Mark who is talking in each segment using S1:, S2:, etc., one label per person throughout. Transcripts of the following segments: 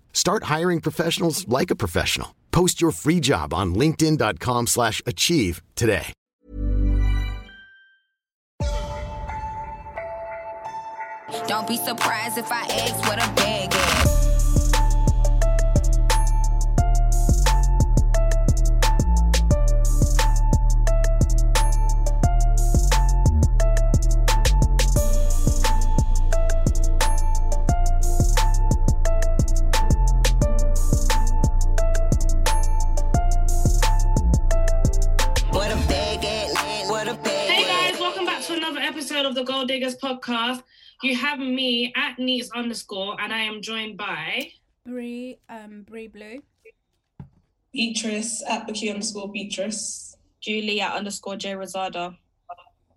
S1: Start hiring professionals like a professional. Post your free job on linkedin.com/achieve slash achieve today.
S2: Don't be surprised if I ask what a bag is. What a bag at, what a bag
S3: Hey
S2: at.
S3: guys, welcome back to another episode of the Gold Diggers podcast. You have me at Neats underscore, and I am joined by.
S4: Brie, um, Brie Blue.
S5: Beatrice at Bookie underscore Beatrice.
S6: Julie at underscore J Rosada.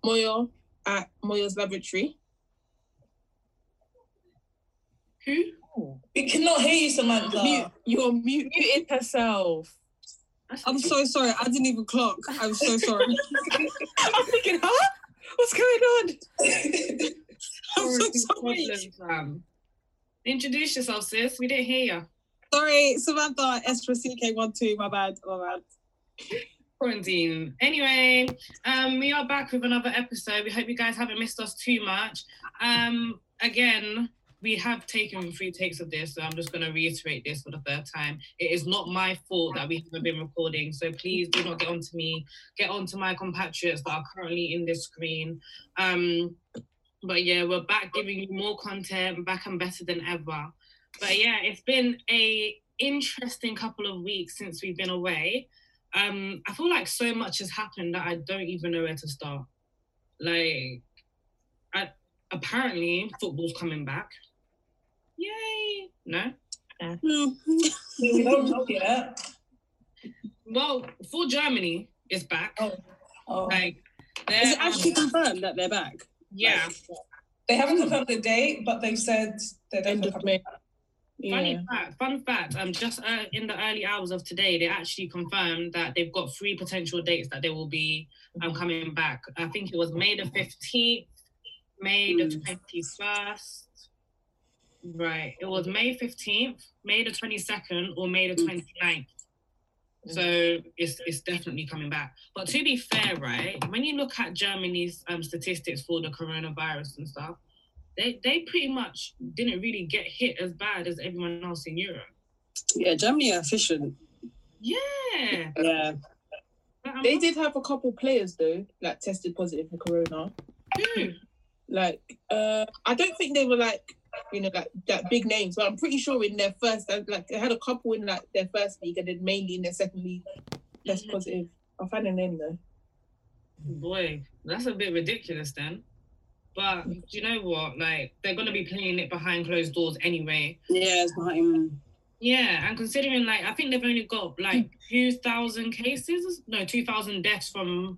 S5: Moyo at Moyo's Laboratory.
S3: Who?
S5: We cannot hear you, Samantha.
S6: You're mute, muted herself.
S5: I'm so sorry. I didn't even clock. I'm so sorry.
S6: I'm thinking, huh? What's going on?
S5: I'm so sorry.
S3: Problems, um, Introduce yourself, sis. We didn't hear you.
S5: Sorry, Samantha, Estra CK12. My bad. My bad.
S3: Quarantine. Anyway, um, we are back with another episode. We hope you guys haven't missed us too much. Um, again, we have taken three takes of this, so I'm just going to reiterate this for the third time. It is not my fault that we haven't been recording, so please do not get onto me. Get onto my compatriots that are currently in this screen. Um, but yeah, we're back giving you more content, back and better than ever. But yeah, it's been a interesting couple of weeks since we've been away um, I feel like so much has happened that I don't even know where to start. Like, I, apparently football's coming back. Yay! No.
S5: We don't know yet.
S3: Well, for Germany, it's back.
S5: Oh. Oh.
S3: Like,
S7: Is
S3: they're um,
S7: it actually confirmed that they're back?
S3: yeah.
S5: They haven't confirmed the date, but they've said they're
S7: End
S5: definitely
S7: of
S5: coming.
S7: May. Yeah.
S3: Funny fact, fun fact, um, just uh, in the early hours of today, they actually confirmed that they've got three potential dates that they will be um, coming back. I think it was May the 15th, May the 21st. Right, it was May 15th, May the 22nd, or May the 29th. So it's it's definitely coming back. But to be fair, right, when you look at Germany's um, statistics for the coronavirus and stuff, they they pretty much didn't really get hit as bad as everyone else in Europe.
S7: Yeah, Germany are efficient.
S3: Yeah.
S7: Yeah.
S3: But I'm
S7: They
S3: not
S7: did have a couple players though, like tested positive for corona.
S8: Hmm.
S3: too.
S7: Like, uh I don't think they were like you know, like that big names, but I'm pretty sure in their first uh, like they had a couple in like their first league and then mainly in their second league
S8: Hmm.
S7: test positive. I'll find a name though.
S3: Boy, that's a bit ridiculous then. But
S8: Mm.
S3: do you know what? Like they're gonna be playing it behind closed doors anyway.
S7: Yeah, it's not even
S3: Yeah, and considering like I think they've only got like
S8: Mm.
S3: two thousand cases, no, two thousand deaths from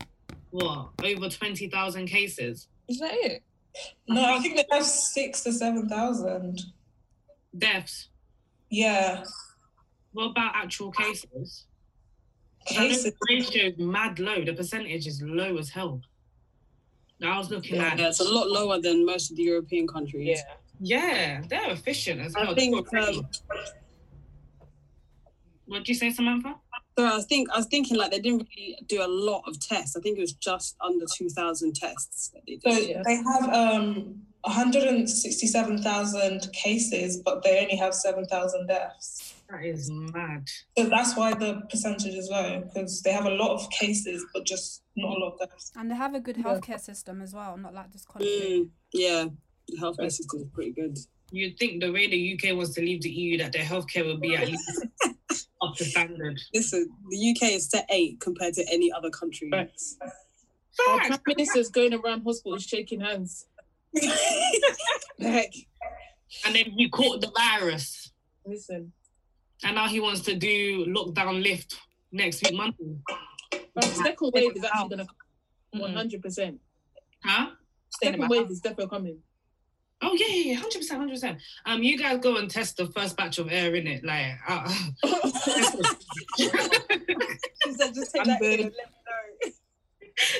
S3: what over twenty thousand cases
S6: Is that it?
S5: No, I think they have six to 7,000.
S3: deaths.
S5: Yeah.
S3: What about actual cases? 'Cause I know
S5: Cases.
S3: the ratio is mad low. The percentage is low as hell. I was looking at
S8: Yeah, it's a lot lower than most of the European countries.
S7: Yeah.
S3: Yeah, they're efficient as
S8: I
S3: well.
S8: think, um,
S3: what do you say, Samantha?
S8: So I was think I was thinking like they didn't really do a lot of tests. I think it was just under two thousand tests that they
S5: So
S8: did.
S5: they have um 167,000 cases, but they only have 7,000 deaths.
S3: That is mad.
S6: So that's why the percentage is low because they have a lot of cases, but just not a lot of deaths.
S4: And they have a good healthcare system as well, not like just country.
S8: Mm, yeah, the healthcare system is pretty good.
S3: You'd think the way the UK was to leave the EU, that their healthcare would be at least up to standard.
S8: Listen, the UK is set eight compared to any other country.
S7: Our
S3: Facts.
S7: prime minister's going around hospitals shaking hands. like,
S3: And then he caught the virus,
S7: listen,
S3: and now he wants to do lockdown lift next week Monday.
S7: our second wave is actually going to
S8: Hmm.
S7: come. One hundred percent.
S3: Huh?
S7: Second wave is definitely coming.
S3: Oh yeah, yeah, hundred percent, hundred percent. Um, you guys go and test the first batch of air in it, like. Uh,
S7: Mm.
S8: She said, just take
S3: I'm
S8: that in
S3: good.
S8: and let me know.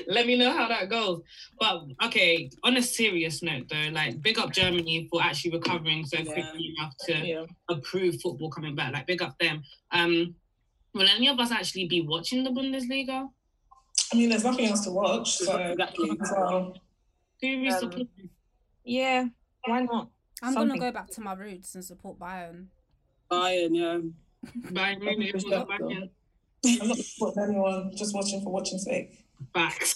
S3: let me know how that goes. But okay, on a serious note though, like big up Germany for actually recovering so
S8: Yeah.
S3: quickly enough to
S7: Yeah.
S3: approve football coming back. Like big up them. Um, will any of us actually be watching the Bundesliga?
S6: I mean, there's nothing else to watch. So
S8: Exactly.
S6: as well.
S3: Do you
S9: Um,
S3: support?
S9: Yeah, why not?
S4: I'm
S9: Something-
S4: gonna go back to my roots and support Bayern.
S8: Bayern, yeah.
S3: Bayern Munich
S6: Just
S3: was
S6: that,
S3: back
S6: though.
S3: in
S6: I'm not supporting anyone. Just watching for watching sake.
S3: facts.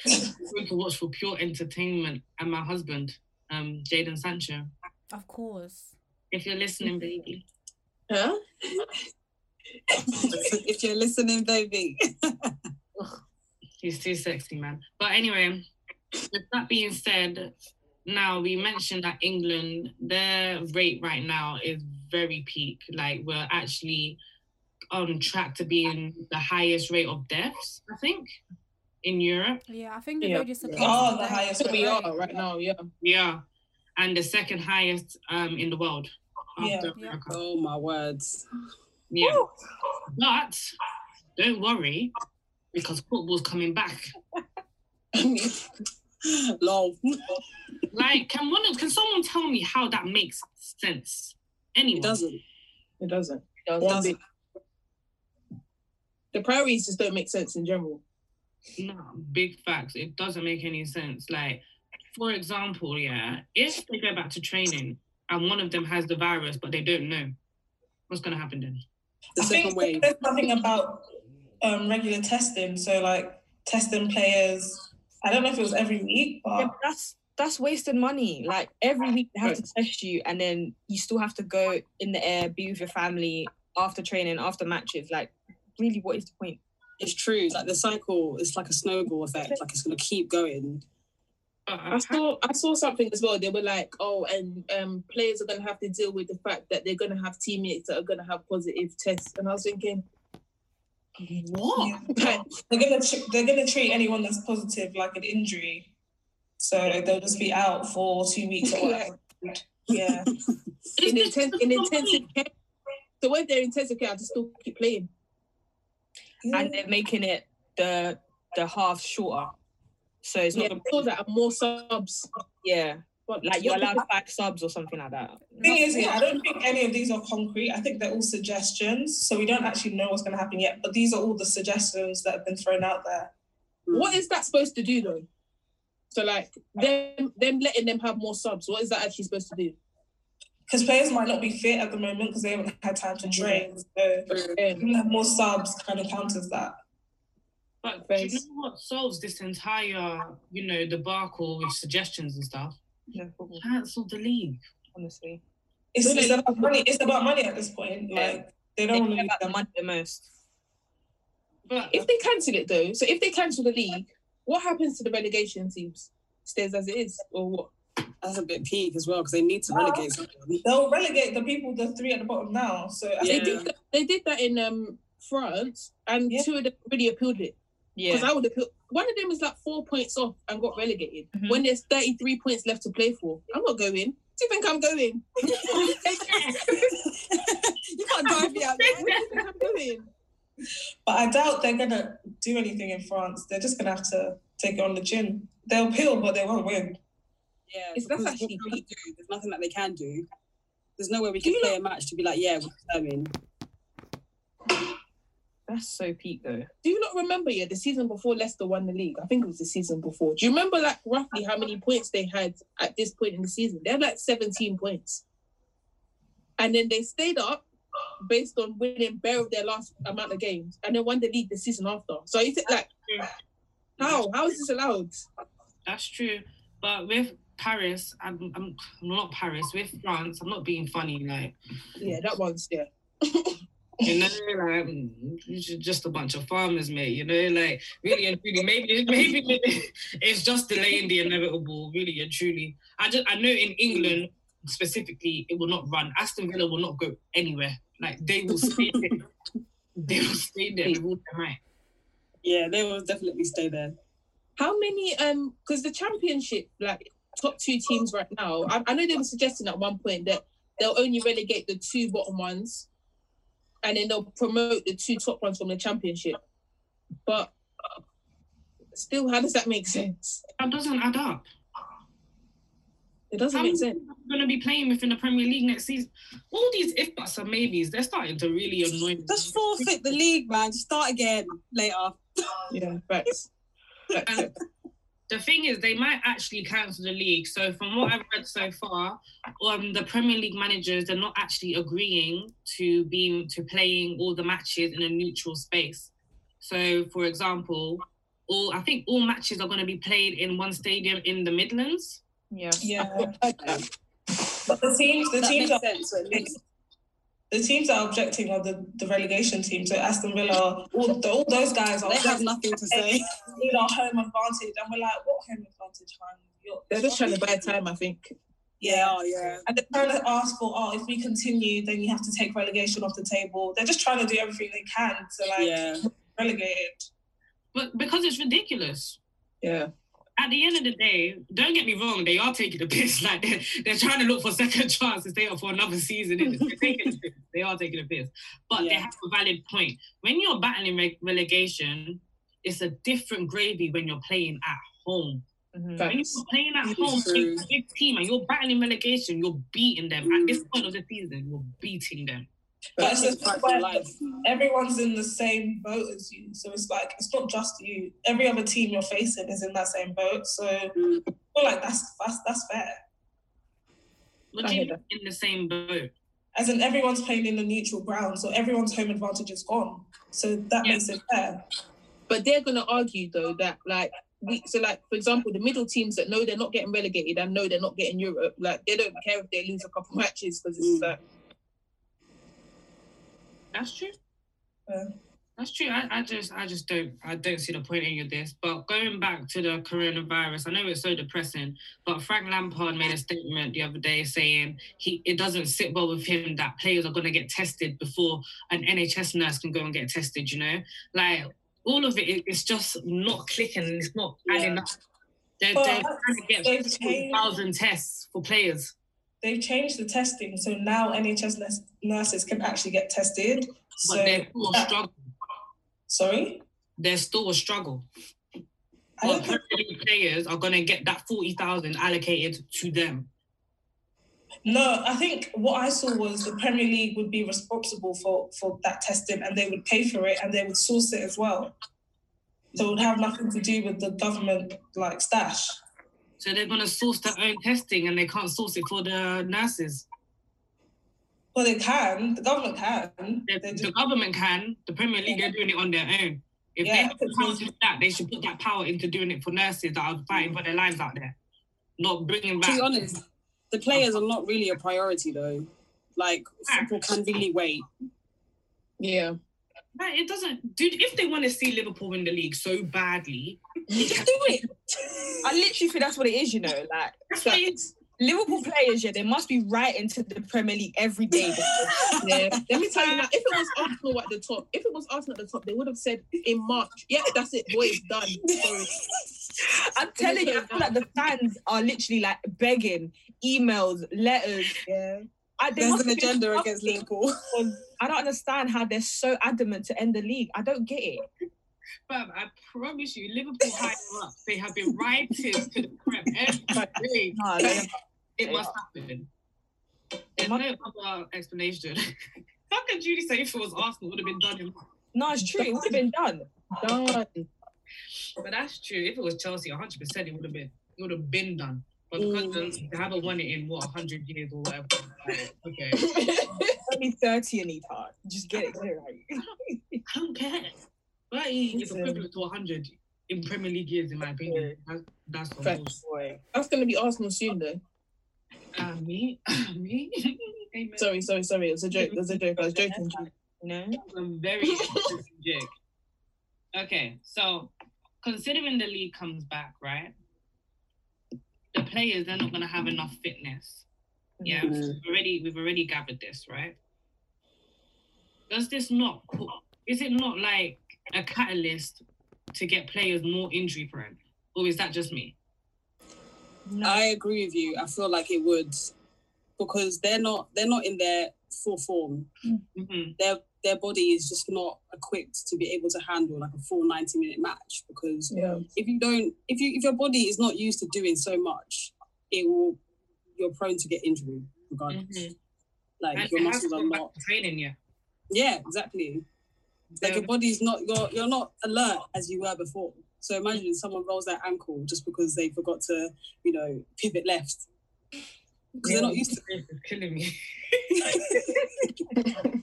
S3: Going to watch for pure entertainment and my husband, um, Jaden Sancho.
S4: Of course.
S3: If you're listening, baby.
S7: Huh?
S8: if you're listening, baby.
S3: He's too sexy, man. But anyway, with that being said, now we mentioned that England, their rate right now is very peak. Like we're actually on track to being the highest rate of deaths, I think, in Europe.
S4: Yeah, I think they've
S7: Yeah.
S4: already surpassed
S6: Oh, the
S4: them.
S6: highest
S7: So we
S6: rate.
S7: are right now. Yeah.
S3: Yeah. And the second highest um in the world after
S6: Yeah.
S4: Yeah.
S3: America.
S8: Oh my words.
S3: Yeah. But don't worry, because football's coming back.
S8: Lol.
S3: Like, can one of, can someone tell me how that makes sense? Anyone?
S8: It doesn't.
S7: It doesn't.
S8: It
S7: One
S8: doesn't.
S7: bit. The priorities just don't make sense in general.
S3: No, big facts. It doesn't make any sense. Like, for example, yeah, if they go back to training and one of them has the virus but they don't know, what's gonna happen then?
S8: The
S6: I
S8: second
S6: think
S8: wave.
S6: there's nothing about um, regular testing. So like testing players. I don't know if it was every week,
S9: Yeah,
S6: but
S9: but that's that's wasted money. Like every week they have to test you, and then you still have to go in the air, be with your family after training, after matches. Like, really, what is the point?
S8: It's true. Like the cycle, it's like a snowball effect. Like it's gonna keep going.
S3: Uh,
S7: I saw I saw something as well. They were like, oh, and um, players are gonna have to deal with the fact that they're gonna have teammates that are gonna have positive tests. And I was thinking,
S3: what?
S6: like, they're gonna tr- they're gonna treat anyone that's positive like an injury. So they'll just be out for two weeks or whatever.
S7: yeah,
S3: It's
S7: in,
S3: just
S7: inten- in
S3: for
S7: intensive
S3: money.
S7: care. So when they're in intensive care, I just still keep playing.
S9: And they're making it the the half shorter, so it's
S7: Yeah,
S9: not.
S7: so
S9: gonna
S7: that and more subs.
S9: Yeah,
S7: But
S9: like you're allowed five subs or something like that.
S6: thing is, yeah, I don't think any of these are concrete. I think they're all suggestions, so we don't actually know what's going to happen yet. But these are all the suggestions that have been thrown out there.
S7: What is that supposed to do though? So like them them letting them have more subs. What is that actually supposed to do?
S6: Because players might not be fit at the moment because they haven't had time to train.
S9: Mm.
S6: So
S7: Um,
S6: having more subs kind of counters that.
S3: But do you
S7: Face.
S3: know what solves this entire, you know, debacle with suggestions and stuff?
S9: No problem,
S3: Cancel the league.
S9: honestly.
S6: It's,
S7: Really?
S6: it's about money. It's about money at this point.
S9: Yeah.
S6: Like
S9: They
S6: they don't want
S9: care
S6: to lose
S9: about the
S6: them.
S9: money the most.
S3: But
S7: if they cancel it though, so if they cancel the league, what happens to the relegation teams? Stays as it is, or what?
S8: That's a bit peak as well, because they need to relegate someone.
S6: They'll relegate the people, the three at the bottom now. So I
S7: They
S6: think
S7: did that, they did that in um France, and
S6: Yeah.
S7: two of them really appealed it. Because
S9: Yeah,
S7: I would appeal. One of them is like four points off and got relegated.
S9: Mhm.
S7: When there's 33 points left to play for, I'm not going. Do you think I'm going?
S8: you can't drive me out
S7: Where do you think I'm going?
S6: But I doubt they're gonna do anything in France. They're just gonna have to take it on the chin. They'll appeal, but they won't win.
S8: Yeah,
S7: It's- that's
S8: because what
S7: actually
S8: can we do? There's nothing that they can do. There's no way we
S7: Do
S8: can
S7: you
S8: play a match to be like, yeah, we're determined.
S9: that's so peak though.
S7: Do you not remember? Yeah, the season before Leicester won the league. I think it was the season before. Do you remember like roughly how many points they had at this point in the season? They had like 17 points, and then they stayed up, based on winning bare of their last amount of games, and then won the league the season after. So you think like, how how is this allowed?
S3: That's true. But with Paris, I'm, I'm, I'm not Paris, with France, I'm not being funny. Like,
S7: yeah, that one's, yeah.
S3: you know, like, you're ju- just a bunch of farmers, mate. You know, like, really and truly, maybe, maybe it's just delaying the inevitable, really and truly. I just, I know in England specifically, it will not run. Aston Villa will not go anywhere. Like, they will stay there. They will stay there all the night.
S8: Yeah, they will definitely stay there.
S7: How many? Um, because the championship, like top two teams right now, I, I know they were suggesting at one point that they'll only relegate the two bottom ones, and then they'll promote the two top ones from the championship. But uh, still, how does that make sense?
S3: That doesn't add up.
S7: It doesn't
S3: How
S7: make
S6: Um,
S3: many
S7: sense.
S3: people are Going to be playing within the Premier League next season. All these if buts and maybes, they're starting to really annoy me.
S7: Mm.
S5: Just forfeit the league, man. Just start again later.
S7: Yeah, facts.
S3: And the thing is, they might actually cancel the league. So, from what I've read so far, um, the Premier League managers they're not actually agreeing to being to playing all the matches in a neutral space. So, for example, all I think all matches are going to be played in one stadium in the Midlands.
S9: Yeah.
S6: Yeah. But the teams, the
S8: That makes
S6: teams are
S8: sense, at least.
S6: the teams that are objecting are the, the relegation teams. So Aston Villa, all, all those guys are.
S8: They have nothing to say.
S6: We need our home advantage, and we're like, what home advantage, hon? You're-
S7: They're just trying to buy time, I think.
S6: Yeah,
S8: Oh, yeah.
S6: and they're trying to ask for, oh, if we continue, then you have to take relegation off the table. They're just trying to do everything they can to like
S8: Yeah.
S6: relegate.
S3: But because it's ridiculous.
S7: Yeah.
S3: at the end of the day, don't get me wrong, they are taking the piss. Like they're, they're trying to look for second chance to stay up for another season. innit? They're taking the piss. They are taking the piss. But they
S8: Yeah.
S3: have a valid point. When you're battling re- relegation, it's a different gravy when you're playing at home.
S9: Mhm.
S3: When
S7: Facts.
S3: you're playing at
S8: It Mm-hmm. is
S3: home
S8: true.
S3: against a big team and you're battling relegation, you're beating them. At this point of the season, you're beating them.
S6: But it's
S8: That's
S6: just
S8: just part
S6: where
S8: of life.
S6: everyone's in the same boat as you. So it's like it's not just you. Every other team you're facing is in that same boat. So I
S8: Mm.
S6: feel like that's that's that's fair.
S3: What
S7: I
S3: do you
S7: hear
S3: mean in the same boat?
S6: As in everyone's playing in the neutral ground, so everyone's home advantage is gone. So that
S3: Yeah.
S6: makes it fair.
S7: But they're gonna argue though that like we so like for example the middle teams that know they're not getting relegated and know they're not getting Europe like they don't care if they lose a couple matches because it's
S8: Mm.
S7: like
S3: That's true.
S6: Yeah.
S3: That's true. I, I just I just don't I don't see the point in any of this. But going back to the coronavirus, I know it's so depressing, but Frank Lampard made a statement the other day saying he it doesn't sit well with him that players are gonna get tested before an NHS nurse can go and get tested, you know? Like all of it, it it's just not clicking and it's not adding
S8: Yeah.
S3: up. They're,
S6: But
S3: they're trying to get
S6: they've
S3: 50,000 tests for players.
S6: They've changed the testing, so now NHS nurs- nurses can actually get tested.
S3: But
S6: So
S3: they're still a
S6: that-
S3: struggle.
S6: sorry,
S3: They're still a struggle.
S6: I
S3: Well,
S6: don't think,
S3: Premier League players are going to get that 40,000 allocated to them.
S6: no. I think what I saw was the Premier League would be responsible for for that testing, and they would pay for it, and they would source it as well. So it would have nothing to do with the government like stash.
S3: So they're going to source their own testing and they can't source it for the nurses.
S6: Well, they can. The government can.
S3: The,
S6: They
S3: the
S6: just,
S3: government can, the Premier League, they're doing it on their own. If
S6: Yeah.
S3: they have the power to do that, they should put that power into doing it for nurses that are fighting for their lives out there. Not bringing
S8: To
S3: back.
S8: be honest, the players are not really a priority though. Like football can really wait.
S7: yeah
S3: Like, it doesn't, dude, if they want to see Liverpool win the league so badly,
S9: Just do it. I literally think that's what it is, you know. Like
S3: that's what it is.
S9: Liverpool players, yeah, they must be right into the Premier League every day.
S7: yeah let me tell you now if it was Arsenal at the top if it was Arsenal at the top they would have said in March yeah that's it boy it's done Sorry.
S9: I'm telling you, I feel like the fans are literally like begging, emails, letters.
S8: Yeah.
S9: I, they
S8: There's
S9: must
S8: an
S9: have been
S8: agenda against
S9: something
S8: Liverpool.
S9: because I don't understand how they're so adamant to end the league. I don't get it.
S3: Fam, I promise you, Liverpool higher up, they have been rioting to the crap every day.
S9: Nah, they-
S3: It must happen. There's no other explanation. How can Judy say if it was Arsenal, it would have been done in March?
S9: no, it's true. It would have been done.
S7: done
S3: But that's true. If it was Chelsea, 100 percent it would have been it would have been done. But because they-
S7: Mm.
S3: they haven't won it in what 100 years or whatever. like, okay.
S9: Only 30 in each part.
S10: Just get it clear, right?
S3: I don't care. 30 is
S7: Listen.
S3: equivalent to 100 in Premier League years, in my opinion. That, that's the whole
S7: Facts.
S3: story.
S7: That's going to be Arsenal soon, though.
S3: Uh, me? me? Amen.
S7: Sorry, sorry, sorry. It was a joke. It was a joke. I was joking.
S10: No.
S3: I'm very interesting joke. Okay, so considering the league comes back, right? The players they're not gonna have enough fitness. Yeah,
S11: Mhm.
S6: Mm-hmm.
S3: we've already we've already gathered this, right? Does this not co- is it not like a catalyst to get players more injury prone, or is that just me?
S6: I agree with you. I feel like it would because they're not they're not in their full form.
S3: Mm-hmm.
S6: Their their body is just not equipped to be able to handle like a full 90 minute match because
S7: Yeah.
S6: if you don't if you if your body is not used to doing so much, it will you're prone to get injury regardless. Like
S3: Mm-hmm. And
S6: your
S3: it has
S6: muscles are
S3: come back
S6: not
S3: to training, yeah.
S6: yeah, exactly. Like your body's not you're you're not alert as you were before. So imagine someone rolls their ankle just because they forgot to, you know, pivot left. Because they're not used to
S3: it. It's killing me.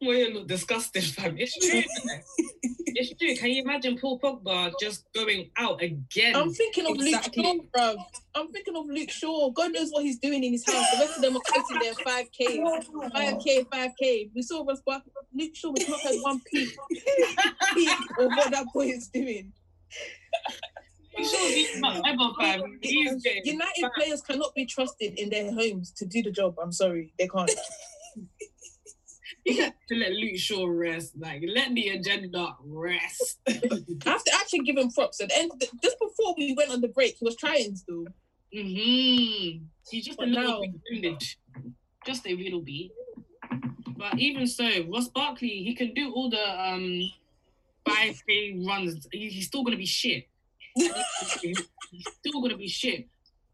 S3: well, you look disgusting, fam. It's true. man. it's true. Can you imagine Paul Pogba just going out again?
S7: I'm thinking of Luke Shaw, bro. I'm thinking of Luke Shaw. God knows what he's doing in his house. The rest of them are posting their 5K, 5K, 5K. We saw Ross Barkley. Luke Shaw was not had one peep, peep of what that boy is doing.
S3: Luke Shaw is not ever, fam. He's getting
S7: United
S3: fat.
S7: players cannot be trusted in their homes to do the job. I'm sorry, they can't.
S3: You have to let Luke Shaw rest. Like, let the agenda rest.
S7: I have to actually give him props. At the end, just before we went on the break, he was trying still.
S3: Mm-hmm. He's just
S7: But
S3: a little
S7: now-
S3: bit wounded. Just a little bit. But even so, Ross Barkley, he can do all the um five K runs. He- He's still gonna be shit. He's still gonna be shit.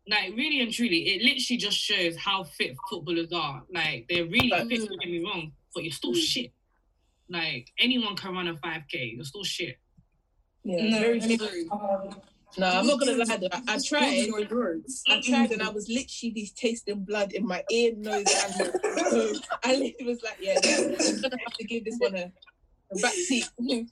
S3: Like really and truly, it literally just shows how fit footballers are. Like they're really fit. Don't get me wrong, but you're still shit. Like anyone can run a five k. You're still shit.
S7: Yeah, no, very
S3: it's
S7: true. No, I'm not gonna lie. Though. I, I tried. I tried, and I was literally tasting blood in my ear, nose, and mouth. So I literally was like, "Yeah, I'm gonna have to give this one a, a backseat."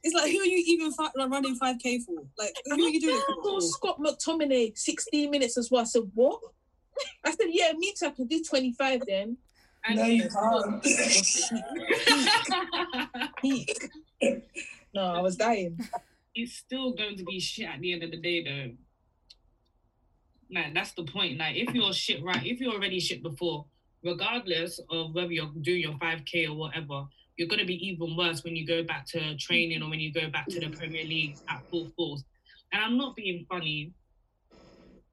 S6: It's like, who are you even fi- like, running 5K for? Like, who are you doing it for?
S7: Scott McTominay, 16 minutes as well. I said, "What?" I said, "Yeah, me too. I can do 25 then."
S3: No, you
S7: no, I was dying.
S3: He's still going to be shit at the end of the day, though. Like that's the point. Like if you're shit right, if you're already shit before, regardless of whether you're doing your 5k or whatever, you're gonna be even worse when you go back to training or when you go back to the Premier League at full force. And I'm not being funny.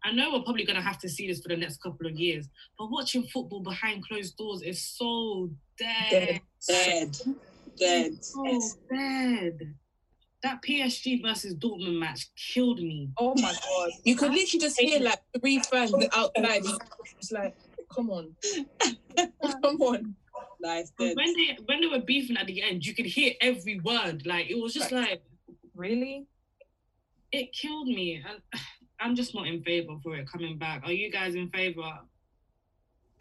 S3: I know we're probably gonna have to see this for the next couple of years, but watching football behind closed doors is so dead.
S6: Dead. Dead.
S7: Oh.
S3: So dead. That PSG versus Dortmund match killed me.
S7: Oh my god! You could literally just hear like three fans outside. It's like, come on, come on.
S6: Life
S3: And when they when they were beefing at the end, you could hear every word. Like it was just like
S10: really.
S3: It killed me. And I'm just not in favor for it coming back. Are you guys in favor?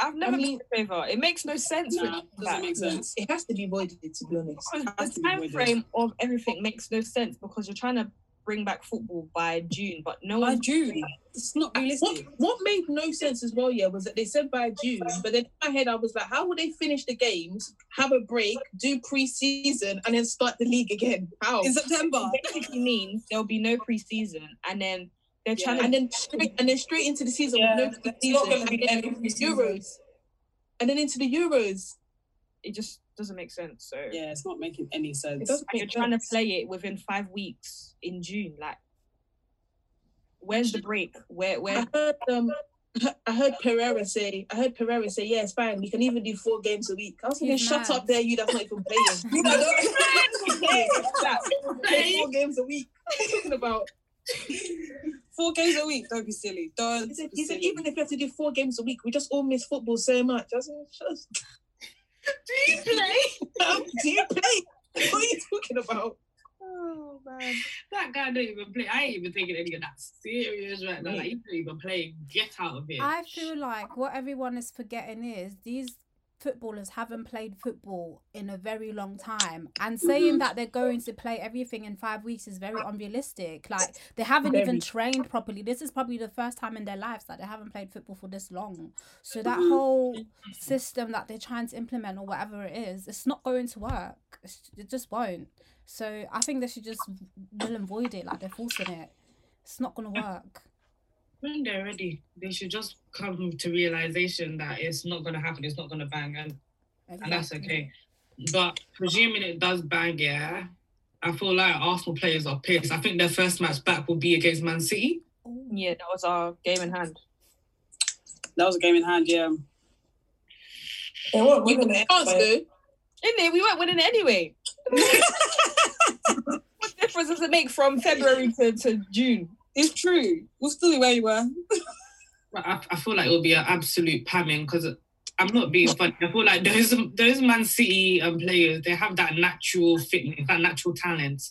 S10: I've never been in favor. It makes no sense.
S3: Nah,
S10: when it
S3: doesn't make sense.
S7: It has to be voided, to be honest.
S10: the time frame of everything makes no sense because you're trying to bring back football by June, but no one.
S6: June, it's not
S7: realistic. What, what made no sense as well, yeah, was that they said by June, but then in my head I was like, how will they finish the games, have a break, do pre-season, and then start the league again? How?
S10: In September. Basically means there'll be no preseason, and then they're trying to
S7: and then straight and then straight into the season
S10: Yeah,
S7: with no
S10: it's not gonna
S7: pre-season,
S10: be
S7: and then
S10: any pre-season.
S7: Euros, and then into the Euros.
S10: It just doesn't make sense. So
S6: yeah, it's not making any sense.
S10: And you're trying to play it within five weeks in June. Like, where's the break? Where where?
S7: I heard um, I heard Pereira say, I heard Pereira say, yeah, it's fine. We can even do four games a week. I was thinking,
S4: He's
S7: shut
S4: mad.
S7: up, there, you that's not even playing. you know, four games a week. What are you talking about?
S6: Four games a week. Don't be silly. Don't.
S7: He said, he said even if we have to do four games a week, we just all miss football so much. I was like, just...
S3: Do you play?
S7: do you play? What are you talking about?
S10: Oh man.
S3: That guy don't even play. I ain't even taking any of that serious right now. Like you don't even play. Get out of here.
S4: I feel like what everyone is forgetting is these footballers haven't played football in a very long time and saying that they're going to play everything in five weeks is very unrealistic like they haven't even
S12: Very.
S4: trained properly this is probably the first time in their lives that they haven't played football for this long so that whole system that they're trying to implement or whatever it is it's not going to work It's- it just won't so i think they should just will and void it like they're forcing it it's not going to work
S3: when they're ready, they should just come to realization that it's not going to happen, it's not going to bang, and, and that's okay. But presuming it does bang, yeah, I feel like Arsenal players are pissed. I think their first match back will be against Man City.
S9: Yeah, that was our game in hand.
S8: That was a game in hand, yeah.
S6: They weren't winning it.
S9: In there, we weren't winning it anyway. what difference does it make from February to, to June?
S8: It's true. We're still where you were.
S3: But I, I feel like it'll be an absolute pamming because I'm not being funny. I feel like those those Man City um, players they have that natural fitness, that natural talent.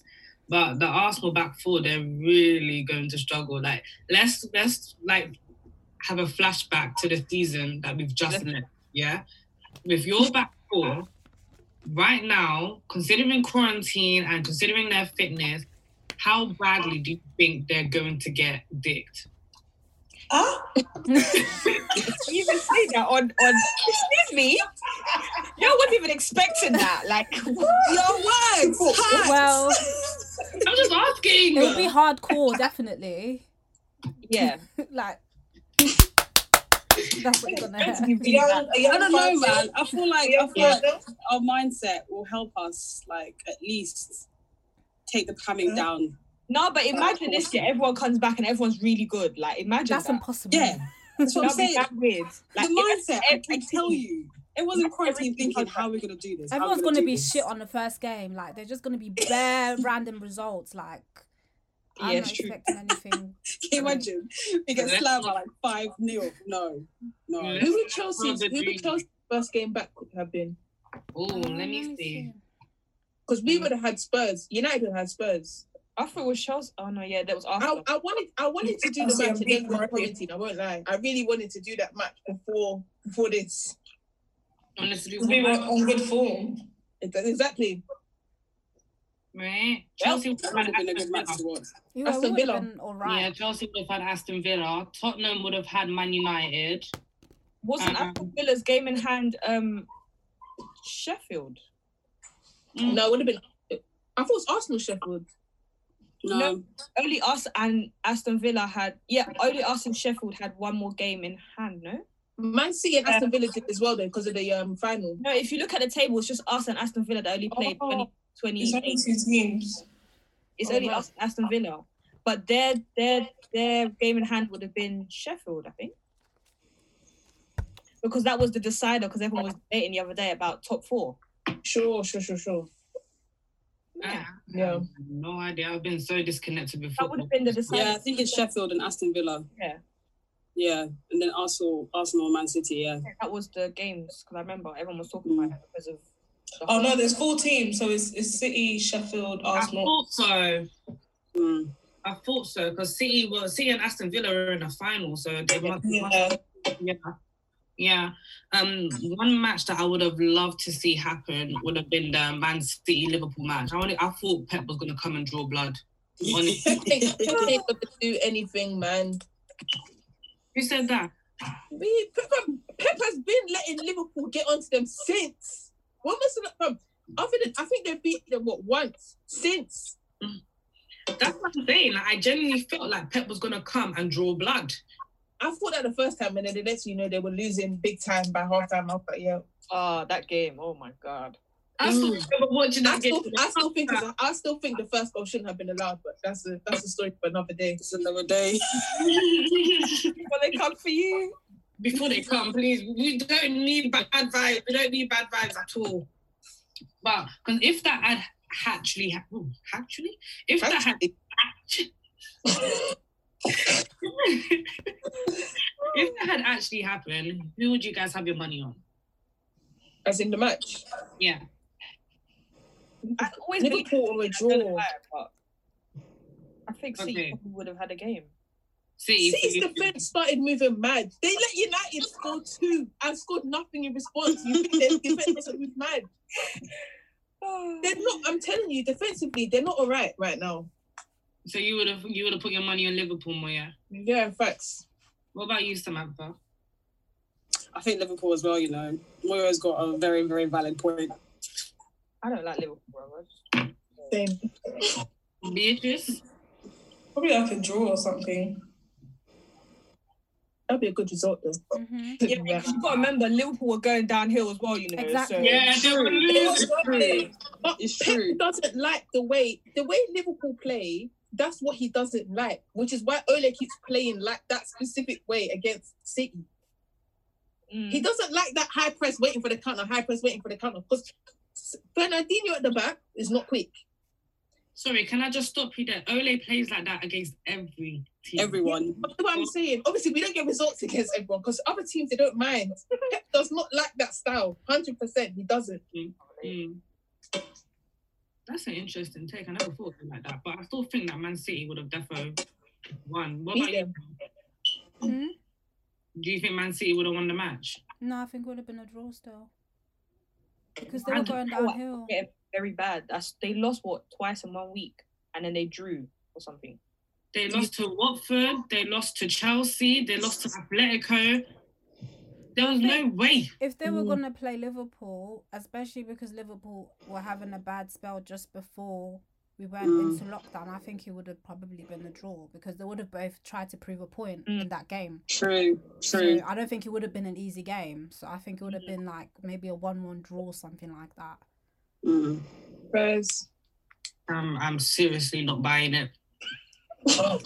S3: But the Arsenal back four, they're really going to struggle. Like let's let's like have a flashback to the season that we've just left. Yeah, with your back four right now, considering quarantine and considering their fitness, how badly do you think they're going to get dicked?
S9: You even say that on on excuse me. Y'all wasn't even expecting that. Like your
S8: words.
S4: well
S3: I'm just asking.
S4: It would be hardcore, definitely.
S9: Yeah.
S4: like that's what you're gonna
S9: Don't you
S4: hurt.
S9: be that.
S8: I don't know, man. I feel like I feel
S9: Yeah.
S8: like our mindset will help us, like at least take the coming down.
S9: Mm-hmm. No, but imagine this year, everyone comes back and everyone's really good. Like imagine
S8: That's
S9: that.
S4: impossible.
S9: Yeah.
S8: That's what I'm
S9: That'd be
S8: saying.
S9: that weird. Like,
S8: the mindset, I
S9: every
S8: can tell you, it wasn't quarantine thinking how we're gonna do this. how
S4: Everyone's
S8: we gonna
S4: gonna
S8: do
S4: be
S8: this."
S4: shit on the first game. Like they're just gonna be bare random results. Like I'm
S8: Yeah,
S4: not
S8: it's true.
S4: expecting anything.
S8: Can you imagine? We get
S4: Unless-
S8: slammed by like five 0 No, no.
S7: Who would Chelsea's, who would Chelsea's first game back could have been?
S3: Oh, let
S4: Mm,
S3: me see.
S7: Because
S3: Mm.
S7: we would have had Spurs. United would have had Spurs.
S9: I thought it was Chelsea. Oh no, yeah, that was
S7: I, I wanted I wanted to do the
S9: Chelsea
S7: match
S9: and
S7: against
S9: Brighton.
S7: quarantine, I won't lie. I really wanted to do that match before before this.
S3: Honestly,
S6: We were on good form.
S7: Exa- Exactly.
S3: Right?
S7: Well,
S3: Chelsea would
S7: that
S3: have
S7: would
S3: had
S7: have been a good
S3: Aston
S7: match to
S3: Villa.
S7: watch. Yeah, Aston it would have Villa. been alright.
S3: Yeah, Chelsea would have had Aston Villa. Tottenham would have had Man United.
S9: wasn't
S3: Um,
S9: Aston Villa's game in hand um Sheffield?
S7: No, it would have been I thought it was Arsenal Sheffield.
S9: No. only us and Aston Villa had yeah, only us and Sheffield had one more game in hand, no?
S7: Man City and Aston Villa did as well though, because of the um final.
S9: No, if you look at the table, it's just us and Aston Villa that only played
S7: Oh.
S9: 20, 20
S6: It's only two teams.
S9: It's
S6: Oh,
S9: only
S6: wow.
S9: us and Aston Villa. But their their their game in hand would have been Sheffield, I think. Because that was the decider, because everyone was debating the other day about top four.
S7: Sure, sure, sure, sure.
S3: Yeah.
S7: Yeah.
S3: No idea. I've been so disconnected before.
S9: That would have been the decider.
S8: Yeah, I think it's Sheffield and Aston Villa.
S9: Yeah.
S8: Yeah, and then Arsenal, Arsenal, and Man City. Yeah.
S9: That was the games because I remember everyone was talking about it because of. the
S6: Oh no,
S9: whole-
S6: there's four teams. So it's, it's City, Sheffield,
S3: I
S6: Arsenal.
S3: thought so.
S8: Mm.
S3: I thought so because City were City and Aston Villa are in a final, so they must.
S6: Yeah.
S3: yeah. Yeah. Um, one match that I would have loved to see happen would have been the Man City Liverpool match. I only, I thought Pep was gonna come and draw blood. Honestly.
S7: Pep ain't gonna do anything, man.
S3: Who said that?
S7: We- Pep, Pep has been letting Liverpool get onto them since. When was the um, other than I think they beat them what once since.
S3: That's what I'm saying. Like, I genuinely felt like Pep was gonna come and draw blood.
S7: I thought that the first time, and then the next, you know, they were losing big time by half time. I was like, yeah.
S9: Oh, that game. Oh my god.
S3: I still remember watching
S7: I still, I still think it's- I still think the first goal shouldn't have been allowed, but that's a that's a story for another day.
S8: It's another day.
S9: Before they come for you.
S3: Before they come, please. We don't need bad vibes. We don't need bad vibes at all. But because if that had actually, ha- ooh, actually, if that had, if that had actually happened, who would you guys have your money on?
S7: As in the match,
S3: Yeah.
S9: I always believe
S7: Liverpool or a
S9: I don't know
S7: draw.
S9: why, but I think City
S3: Okay.
S9: probably would have had a game.
S3: See,
S7: City's defense started moving mad. They let United score two and scored nothing in response. You think their defense doesn't move mad? They're not. I'm telling you, defensively, they're not all right right now.
S3: So you would have you would have put your money on Liverpool more, yeah?
S7: Yeah, facts.
S3: What about you, Samantha?
S8: I think Liverpool as well, you know. Moira's got a very, very valid point.
S9: I don't like Liverpool, bro.
S7: Same.
S3: Beatrice?
S6: Probably like a draw or something.
S7: That'd be a good result, though.
S4: Mm-hmm.
S9: Yeah, but you've got to remember Liverpool were going downhill as well, you know.
S7: Exactly.
S9: So.
S7: Yeah, they were losing. But
S8: It's
S7: Pep
S8: true.
S7: doesn't like the way the way Liverpool play. That's what he doesn't like, which is why Ole keeps playing like that specific way against City. He doesn't like that high press waiting for the counter, high press waiting for the counter. Because Bernardinho at the back is not quick.
S3: Sorry, can I just stop you there? Ole plays like that against every team.
S8: Everyone.
S7: But what I'm saying, obviously, we don't get results against everyone because other teams they don't mind. Pep does not like that style. Hundred percent, he doesn't.
S3: Mm. That's an interesting take. I never thought of it like that, but I still think that Man City would have defo won. What
S7: Beat
S3: about you?
S4: Hmm?
S3: Do you think Man City would have won the match?
S4: No, I think it would have been a draw still. Because they were
S9: And
S4: going
S9: you know what?
S4: downhill.
S9: Yeah, Very bad. That's they lost what twice in one week, and then they drew or something.
S3: They lost to Watford. They lost to Chelsea. They lost to Atletico. There was no way.
S4: If they were gonna play Liverpool, especially because Liverpool were having a bad spell just before we went
S3: Mm.
S4: into lockdown, I think it would have probably been a draw because they would have both tried to prove a point in that game.
S8: True, true.
S4: So I don't think it would have been an easy game. So I think it would have been like maybe a one-one draw, something like that.
S8: Mm.
S7: Whereas
S3: Um, I'm seriously not buying it.
S4: No.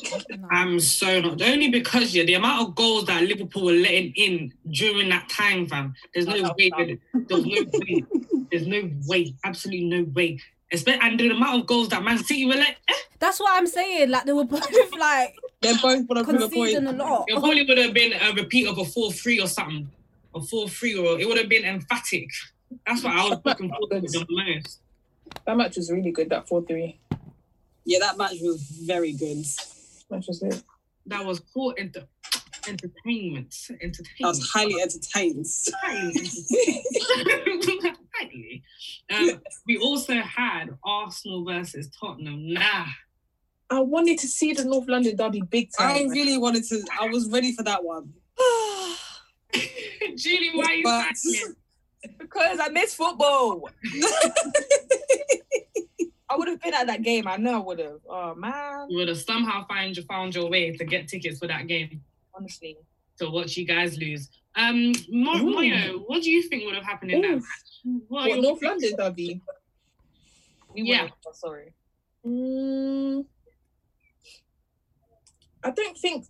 S3: I'm so not. Only because yeah, the amount of goals that Liverpool were letting in during that time, fam. There's no way. that- There's no way. There's no way. Absolutely no way. Espe- And the amount of goals that Man City were let,
S4: That's what I'm saying. Like they were both like
S8: They're both one of the
S4: conceding a
S8: point.
S4: lot.
S3: it probably would have been a repeat of a four-three or something, a four-three, or it would have been emphatic. That's what I was looking forward to the most.
S7: that match was really good. That four three
S8: Yeah, that match was very good.
S7: match was it.
S3: That was poor enter- entertainment.
S8: I
S3: Entertainment.
S8: was highly entertained.
S3: Highly. um, we also had Arsenal versus Tottenham. Nah,
S7: I wanted to see the North London derby big
S8: I
S7: time.
S8: really wanted to. I was ready for that one.
S3: Julie, why are you
S8: But-
S3: silent?
S9: Because I miss football. I would have been at that game. I know I would have. Oh man,
S3: You would have somehow find found your way to get tickets for that game
S9: honestly.
S3: to watch you guys lose. Um, Mo-
S7: Ooh.
S3: Moyo, what do you think would have happened in that
S7: Ooh.
S3: match? What are
S7: What,
S3: your-
S7: North London derby?
S9: We
S3: Yeah.
S9: would have. Sorry.
S7: Mm, I don't think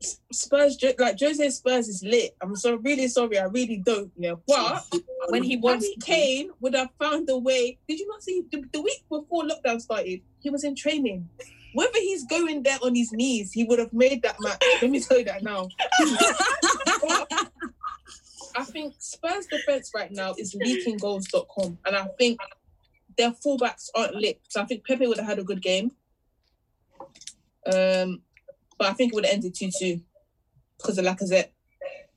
S7: S- Spurs Jo- like Jose Spurs is lit. I'm so really sorry. I really don't. Yeah, but
S9: When he wants
S7: Harry Kane would have found a way. Did you not see the, the week before lockdown started? He was in training. Whether he's going there on his knees, he would have made that match. Let me tell you that now. I think Spurs defense right now is leakinggoals.com, and I think their fullbacks aren't lit. So I think Pepe would have had a good game. Um, but I think it would have ended two two because of Lacazette.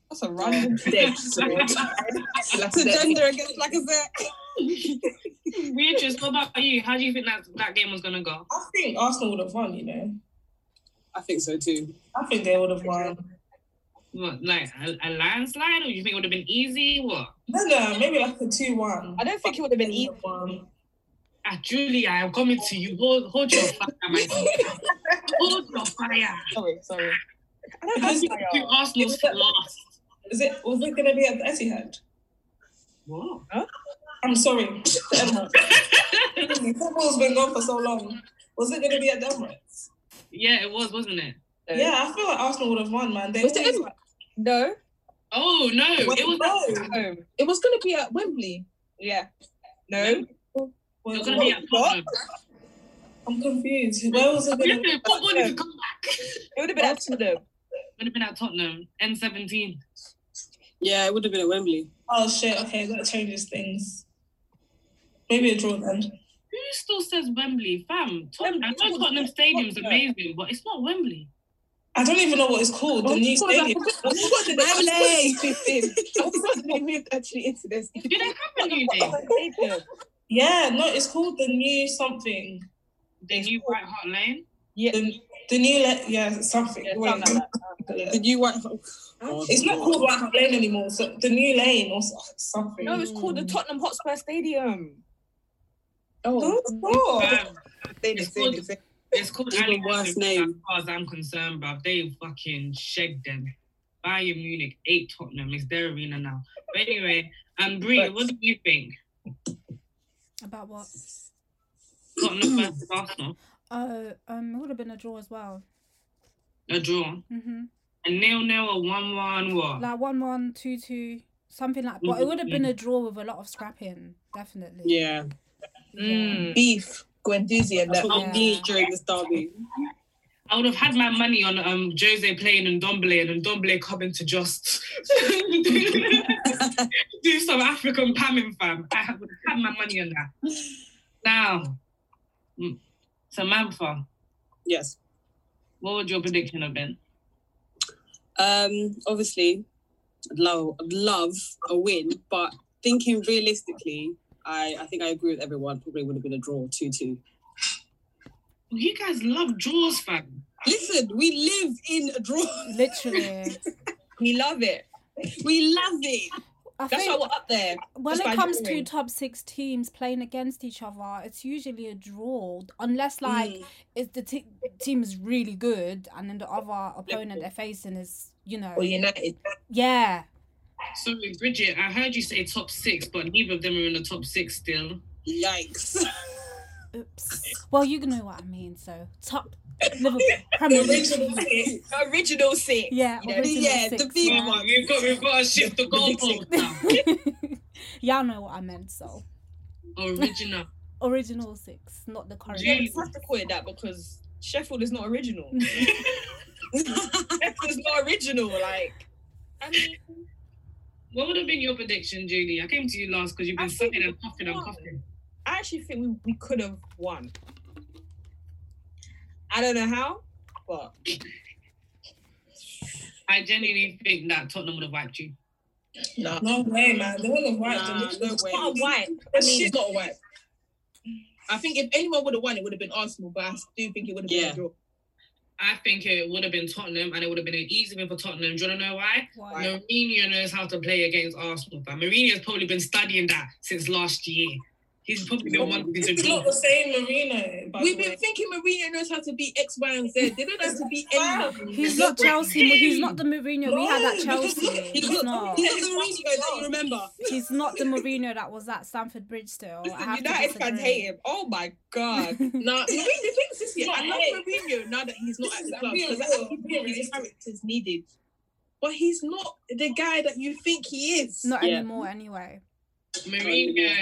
S8: That's a random
S7: Dead.
S8: That's a
S7: Lacazette.
S8: gender against Lacazette.
S3: Beatrice, what about you? How do you think that that game was gonna go?
S6: I think Arsenal would have won, you know.
S8: I think so too.
S6: I think they would have won.
S3: What, like a, a landslide, or you think it would have been easy? What?
S6: No, no, maybe like a 2 1.
S9: I don't think it would have been easy.
S3: Ah, Julie, I am coming to you. Hold, hold your fire, my dear. Hold your fire.
S9: Sorry, sorry. I don't
S3: This
S9: have
S3: is
S9: fire.
S3: to Arsenal's loss.
S6: Is it, was it going to be at the Etihad?
S3: What?
S6: I'm sorry. The Emirates. Football's been gone for so long. Was it going to be at the Emirates?
S3: Yeah, it was, wasn't it?
S9: No.
S6: Yeah, I feel like Arsenal would have won, man. They
S7: Was it
S6: always-
S7: Edinburgh?
S9: No.
S3: Oh no, it was.
S6: no.
S9: Oh,
S7: It was going to be at Wembley.
S9: yeah. No.
S3: It was gonna be at Tottenham.
S6: I'm confused. Where was it
S3: Yeah,
S6: going to be?
S3: Tottenham needs to come back.
S9: It would have been at Tottenham.
S3: Would have been at Tottenham. N seventeen.
S8: Yeah, it would have been at Wembley.
S6: Oh, shit. Okay, that changes things. Maybe a draw then.
S3: Who still says Wembley, fam? Tottenham. I know
S9: Wembley.
S3: Tottenham Stadium's
S9: Tottenham.
S3: amazing, but it's not Wembley.
S7: I don't even know what it's called.
S6: Oh,
S7: the new
S6: God, I
S7: stadium.
S6: forgot- I forgot that they actually moved in. I forgot that they moved actually into this. Did
S3: they have a new
S6: name?
S7: Yeah, no, it's called the new something.
S3: The new Bright Hart Lane.
S7: Yeah. The, the new le- yeah something. Wait. The new white.
S13: Oh,
S7: It's not called White Hart Lane anymore. So the new lane or so- something.
S14: No, it's called the Tottenham Hotspur Stadium.
S13: oh.
S7: No, it's not.
S13: um,
S3: It's called, it's called Ali worst name. As far as I'm concerned, bruv, they fucking shagged them. Bayern Munich, eight Tottenham. It's their arena now. But anyway, um, Brie, what do you think?
S4: About what?
S3: Tottenham versus Arsenal,
S4: Oh, um, it would have been a draw as well.
S3: a draw,
S4: hmm
S3: a nil nil, a one one, what?
S4: Like one one, two two, something like. But it would have been a draw with a lot of scrapping, definitely.
S13: Yeah.
S6: Mm.
S3: Mm.
S6: Beef, Gwendouzi, and
S13: That's
S6: that.
S13: what we need during this derby.
S3: I would have had my money on um Jose playing and Dombele and Dombele coming to just do some African pamming fam. I would have had my money on that. Now, mm, Samantha.
S13: Yes.
S3: What would your prediction have been?
S13: Um, obviously, I'd love, I'd love a win, but thinking realistically, I, I think I agree with everyone. Probably would have been a draw, 2 2.
S3: You guys love draws, fam.
S13: Listen, we live in a draw.
S4: Literally.
S14: we love it.
S13: We love it.
S4: I
S14: That's why
S4: think
S14: we're up there.
S4: When
S14: Just
S4: it
S14: by
S4: comes to
S14: drawing.
S4: top six teams playing against each other, it's usually a draw, unless like if the t- team is really good and then the other opponent they're facing is you know
S6: Or United.
S4: Yeah,
S3: Sorry, Bridget, I heard you say top six, but neither of them are in the top six still.
S13: Yikes.
S4: Oops. Well, you know what I mean. So top Liverpool Premier League.
S14: six. Original six.
S4: Yeah,
S14: You know,
S4: original
S14: yeah,
S4: six.
S14: the big
S4: yeah.
S14: one.
S3: We've got we've got to shift the goalpost now.
S4: Y'all know what I meant. So
S3: Original.
S4: original six, not the current.
S14: Yeah, you
S4: six.
S14: have to call it that because Sheffield is not original. Sheffield is not original. Like, I mean,
S3: What would have been your prediction, Julie? I came to you last because you've been
S14: I think
S3: sucking and
S14: we
S3: coughing and
S14: won.
S3: coughing.
S14: I actually think we, we could have won. I don't know how, but
S3: I genuinely think that Tottenham would have wiped you.
S6: No.
S7: No way, man. They would have wiped
S13: Nah,
S7: them.
S13: no way.
S14: not a wipe. I mean,
S7: That shit-
S6: She's not a wipe. I think if anyone would have won, it would have been Arsenal, but I do think it would have been
S13: Yeah.
S6: a draw.
S3: I think it would have been Tottenham and it would have been an easy win for Tottenham. Do you want to know why?
S4: Why?
S3: Mourinho knows how to play against Arsenal. But Mourinho's probably been studying that since last year. He's probably been wanting to
S7: It's
S3: do
S7: not the same Marino. By
S6: We've
S7: the
S6: been
S7: way.
S6: thinking Mourinho knows how to be X, Y, and Z. They don't have to be
S7: Wow.
S6: anyone.
S4: He's not Chelsea. He's not the Mourinho we had at
S7: No, because
S4: Chelsea.
S7: look,
S13: He's
S4: He's
S13: not,
S4: not.
S13: he's not the Mourinho that you remember.
S4: He's not the Mourinho that was at Stamford Bridge. Still, I
S14: listen,
S4: have to
S14: United fans
S4: disagree.
S14: hate him. Oh my god.
S6: No, Mourinho thinks this year.
S7: Not
S6: I love
S7: it.
S6: Mourinho now that he's not
S7: This
S6: at
S7: is
S6: the club
S7: unreal,
S6: because I
S7: unreal,
S6: think his
S7: realistic.
S6: character's needed. But he's not the guy that you think he is.
S4: Not
S13: Yeah.
S4: anymore, anyway.
S3: Mourinho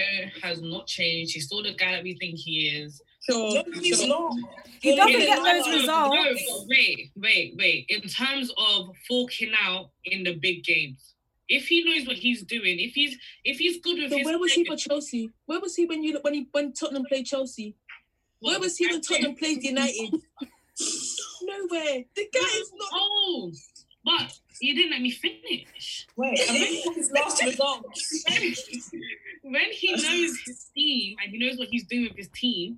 S3: has not changed. He's still the guy that we think he is.
S13: Sure.
S7: No, he's not.
S4: He doesn't
S3: In
S4: get
S3: terms
S4: those
S3: of-
S4: results.
S3: No, wait, wait, wait. In terms of forking out in the big games, if he knows what he's doing, if he's if he's good with
S6: So
S3: his
S6: where was he for
S3: players-
S6: Chelsea? Where was he when you when he when Tottenham played Chelsea? Where was he when Tottenham played United? Nowhere. The guy is not.
S3: Oh, but you didn't let me finish.
S7: Wait, I mean, his last result.
S3: when he knows his team and he knows what he's doing with his team,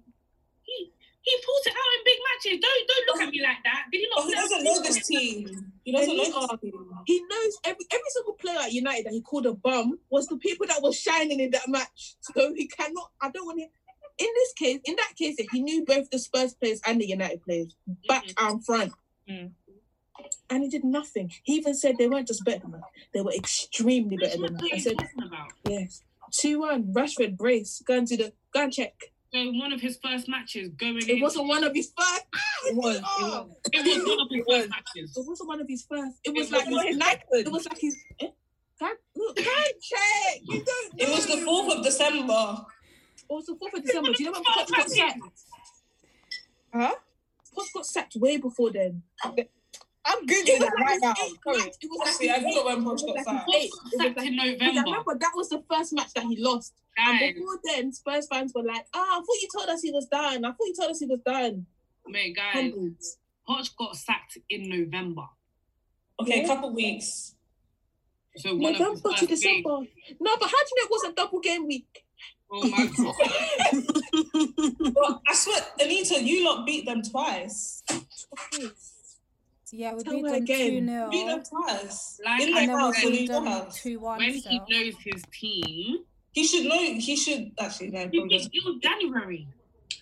S3: he he pulls it out in big matches. Don't don't look at me like that. Did he
S7: Oh,
S3: not?
S7: he doesn't know this team. He doesn't know this team.
S6: He knows every every single player at United that he called a bum was the people that were shining in that match. So he cannot. I don't want him. In this case, in that case, he knew both the Spurs players and the United players back and front,
S14: Mm.
S6: and he did nothing. He even said they weren't just better than us; they were extremely
S3: That's
S6: better
S3: what
S6: than us.
S3: I'm
S6: I said
S3: talking about.
S6: yes. Two one. Rashford brace. Go and do the go and check.
S3: So one of his first matches going
S6: It
S3: in-
S6: wasn't one of his first. Mm. Ah, Oh. It was. It was,
S3: It was one of his first matches.
S6: not one of his first. It
S3: It
S6: was
S3: was
S6: like
S3: one of
S6: his
S14: his
S6: night.
S14: second.
S6: It was like his. eh? Can't, look, can't check. You don't.
S7: It was the
S6: know.
S7: 4th of December.
S6: It was the fourth of December. Do you know when Potts got sacked?
S14: Huh?
S6: Potts got sacked way before then.
S14: I'm googling
S6: It was
S14: that
S6: like
S14: right
S6: his
S14: now.
S6: eighth
S14: Sorry.
S6: match. It was like
S7: Honestly, I
S6: his
S7: forgot when Poch
S6: It
S7: got
S6: was like
S7: sacked.
S6: his eighth. It was
S3: Sacked
S6: like-
S3: in
S6: Because I
S3: November.
S6: remember that was the first match that he lost.
S3: Guys,
S6: And before then, Spurs fans were like, "Ah, I thought you told us he was done. I thought you told us he was done."
S3: mate, guys,
S6: Humbles.
S3: Poch got sacked in November.
S7: Okay, a couple weeks.
S3: So one of his
S6: November to
S3: first big-
S6: December. No, but how do you know it wasn't double game week?
S3: Oh my god.
S7: But I swear, Anita, you lot beat them twice.
S4: Yeah, we
S7: Tell
S4: beat
S7: her
S4: them
S7: again.
S4: 2-0.
S7: Beat them twice.
S3: Like
S7: In
S3: I
S7: their
S3: never
S7: house,
S3: said
S7: in their
S3: them
S7: house.
S3: when he knows his team,
S7: He should know. He should actually know.
S3: It was January.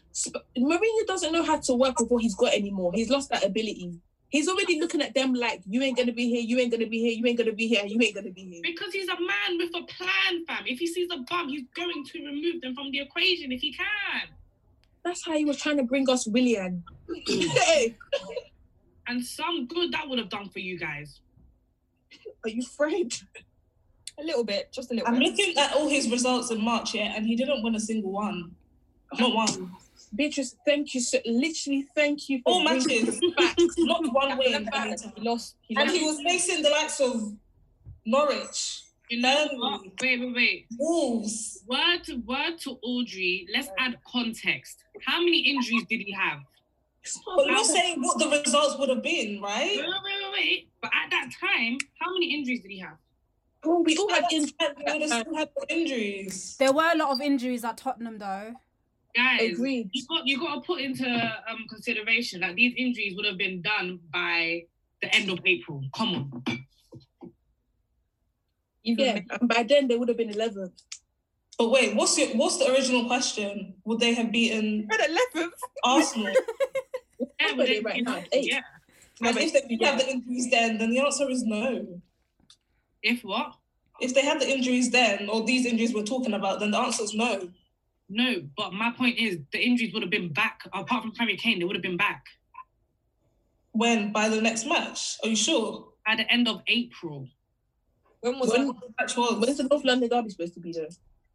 S6: Mourinho doesn't know how to work with what he's got anymore. He's lost that ability. He's already looking at them like, you ain't gonna be here, you ain't gonna be here, you ain't gonna be here, you ain't gonna be here.
S3: Because he's a man with a plan, fam. If he sees a bum, he's going to remove them from the equation if he can.
S6: That's how he was trying to bring us Willian. hey,
S3: And some good that would have done for you guys.
S6: are you afraid?
S15: A little bit, just a little
S7: I'm
S15: bit.
S7: looking at all his results in March, yeah, and he didn't win a single one. Not one.
S6: Beatrice, thank you so literally thank you for
S7: All matches. Not one win.
S15: He lost. He
S7: And
S15: lost.
S7: he was facing the likes of Norwich,
S3: You know what? Wait, wait, wait.
S7: Wolves.
S3: Word to word to Audrey. Let's add context. How many injuries did he have?
S7: But you're saying what the results would have
S3: Wait,
S7: been, right?
S3: wait, wait, wait. But at that time, how many injuries did he have?
S6: Oh, we all had
S7: injuries. We would have still had injuries.
S4: There were a lot of injuries at Tottenham though.
S3: Guys,
S6: Agreed.
S3: you got you got to put into um, consideration that these injuries would have been done by the end of April. Come on.
S15: Even
S6: Yeah, and by then they would have been eleven.
S7: But wait, what's your what's the original question? Would they have beaten
S15: at eleventh.
S7: Arsenal?
S3: Yeah,
S6: Probably
S3: then-
S6: right now, eight.
S3: yeah.
S7: and if they did have the injuries then, then the answer is no.
S3: If what?
S7: If they had the injuries then, or these injuries we're talking about, then the answer is no.
S3: No, but my point is the injuries would have been back. Apart from Harry Kane, they would have been back
S7: When by the next match? Are you sure?
S3: at the end of April.
S15: When was
S6: When-
S15: that?
S7: Match was.
S6: When's the North London derby supposed to be though?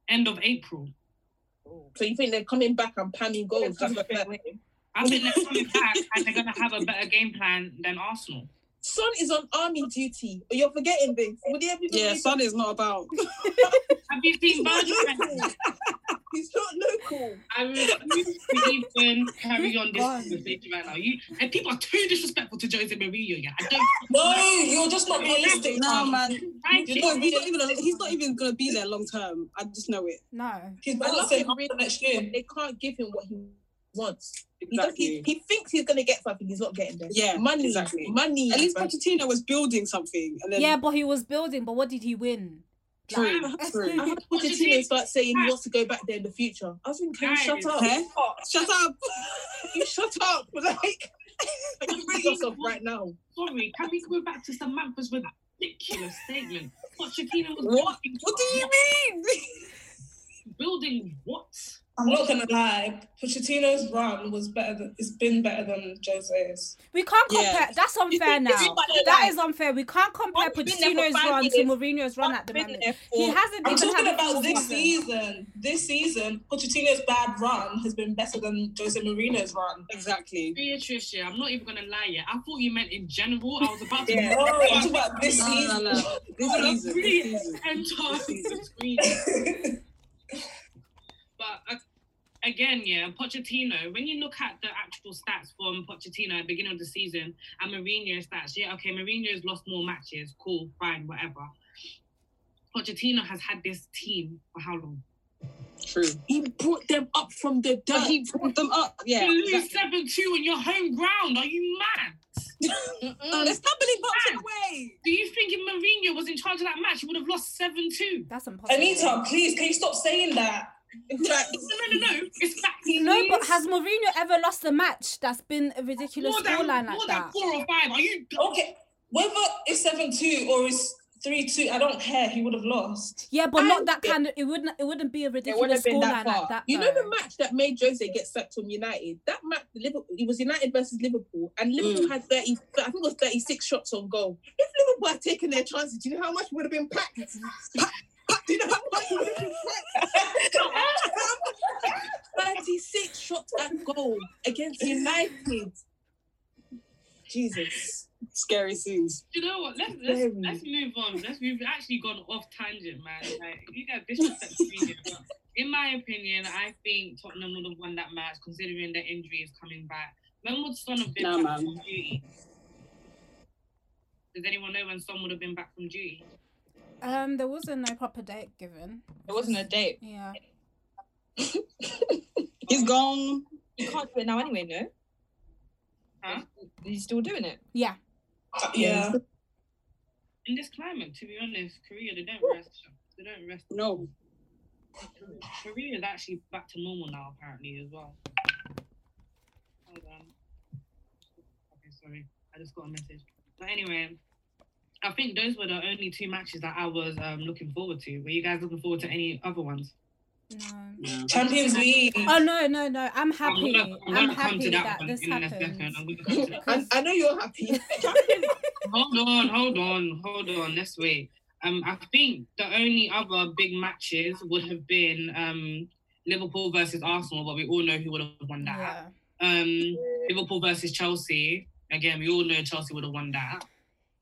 S3: End of April.
S6: So you think they're coming back and panning goals? That's what that-
S3: I think they're coming back and they're gonna have a better game plan than Arsenal.
S6: Son is on army duty. You're forgetting this. Would he ever be
S16: Yeah, Son is not about.
S3: Have you seen Bergman?
S6: local? He's not local.
S3: I refuse to even carry on this
S4: God.
S3: conversation right now. You and people are too disrespectful to Jose Mourinho. Yeah, I don't
S7: No, you're just not realistic.
S16: No,
S7: man.
S16: man.
S3: like
S16: He's not, he's not
S3: it.
S16: even, he's not even going to be there long term. I just know it.
S4: No.
S7: He's
S6: I love
S7: balancing
S6: him really-
S7: next year.
S6: They can't give him what he wants. He, does, he,
S16: Exactly.
S6: he thinks he's gonna get something. He's not getting there.
S16: Yeah,
S6: money,
S16: exactly.
S6: money.
S16: At least
S6: man.
S16: Pochettino was building something. And then,
S4: Yeah, but he was building, but what did he win?
S16: true,
S4: Like-
S16: true.
S6: I heard Pochettino start saying
S16: Ah.
S6: he wants to go back there in the future. I was thinking,
S3: Guys,
S6: shut up,
S16: Eh? Shut up.
S6: you shut up. Like, you bring yourself right now.
S3: Sorry, can we go back to Samantha's ridiculous statement? Pochettino was
S16: What?
S3: building-
S16: What do you mean?
S3: building what?
S7: I'm not gonna lie. Pochettino's run was better than it's been better than Jose's.
S4: We can't compare.
S16: Yeah.
S4: That's unfair now. That is unfair. We can't compare
S15: One's been there for
S4: Pochettino's
S15: five
S4: run to
S15: years,
S4: Mourinho's run
S15: one's
S4: at the
S15: been
S4: moment.
S15: there
S4: He
S15: for-
S4: hasn't
S7: I'm
S4: even had
S7: talking
S4: a
S7: about
S4: full
S7: this
S4: season.
S7: season. This season, Pochettino's bad run has been better than Jose Mourinho's run.
S16: Exactly.
S3: Beatrice, yeah, I'm not even gonna lie, yeah. I thought you meant in general. I was about to
S7: No, I'm talking about this
S16: No, no,
S7: season.
S16: no. This season. This
S3: really
S16: season.
S3: enter the screen. But uh, again, yeah, Pochettino, when you look at the actual stats from Pochettino at the beginning of the season and Mourinho's stats, yeah, okay, Mourinho's lost more matches, cool, fine, whatever. Pochettino has had this team for how long?
S16: True.
S6: He brought them up from the
S16: But
S6: dirt.
S16: he brought them up. Yeah.
S3: you lose
S16: exactly.
S3: 7 2 on your home ground. Are you mad?
S16: Mm, Let's not believe boxing away.
S3: Do you think if Mourinho was in charge of that match, he would have lost 7 2?
S4: That's impossible.
S7: Anita, please, can you stop saying that?
S3: No, no, no, no. It's fact.
S4: No, but has Mourinho ever lost a match that's been a ridiculous
S3: more than,
S4: scoreline
S3: more
S4: like
S3: than
S4: that?
S3: four or five. Are you
S7: Okay, whether it's seven two or it's three two, I don't care. He would have lost.
S4: Yeah, but not that
S6: Yeah.
S4: kind of. It wouldn't. It wouldn't be a
S6: wouldn't
S4: ridiculous
S6: have been
S4: scoreline
S6: that
S4: like
S16: far.
S4: that.
S6: You know the
S4: though.
S6: match that made Jose get sacked from United. That match, Liverpool, it was United versus Liverpool, and Liverpool
S17: Mm.
S6: had thirty. I think it was thirty-six shots on goal. If Liverpool had taken their chances, do you know how much would have been packed? Packed. packed, Do you know how much would have been packed? Thirty-six shots at goal against United. Jesus.
S16: Scary scenes.
S3: Do you know what? Let's let's,
S6: Very.
S3: let's move on. Let's we've actually gone off tangent, man. Like you guys disrespect me. here, but In my opinion, I think Tottenham would have won that match considering their injury is coming back. When would Son have been
S18: Nah,
S3: back
S18: man.
S3: from duty? Does anyone know when Son would have been back from duty?
S4: Um, there wasn't no proper date given.
S17: There wasn't a date.
S4: Yeah.
S17: He's gone. You can't do it now anyway, no?
S3: Huh?
S17: He's still doing it.
S4: Yeah.
S17: Yeah.
S3: In this climate, to be honest, Korea they don't rest. They don't rest.
S18: No.
S3: Korea is actually back to normal now, apparently as well. Hold on. Okay, sorry, I just got a message. But anyway, I think those were the only two matches that I was um, looking forward to. Were you guys looking forward to any other ones?
S4: No.
S3: Champions League.
S4: Oh no, no, no! I'm happy.
S3: Mm. I'm
S4: I'm,
S3: gonna come
S4: happy
S3: to that,
S4: that,
S3: one
S4: this
S3: in a
S4: happened.
S3: second. I'm gonna come to that.
S6: I, I know you're happy.
S3: hold on, hold on, hold on. Let's wait. Um, I think the only other big matches would have been um Liverpool versus Arsenal, but we all know who would have won that. Um, Liverpool versus Chelsea. Again, we all know Chelsea would have won that.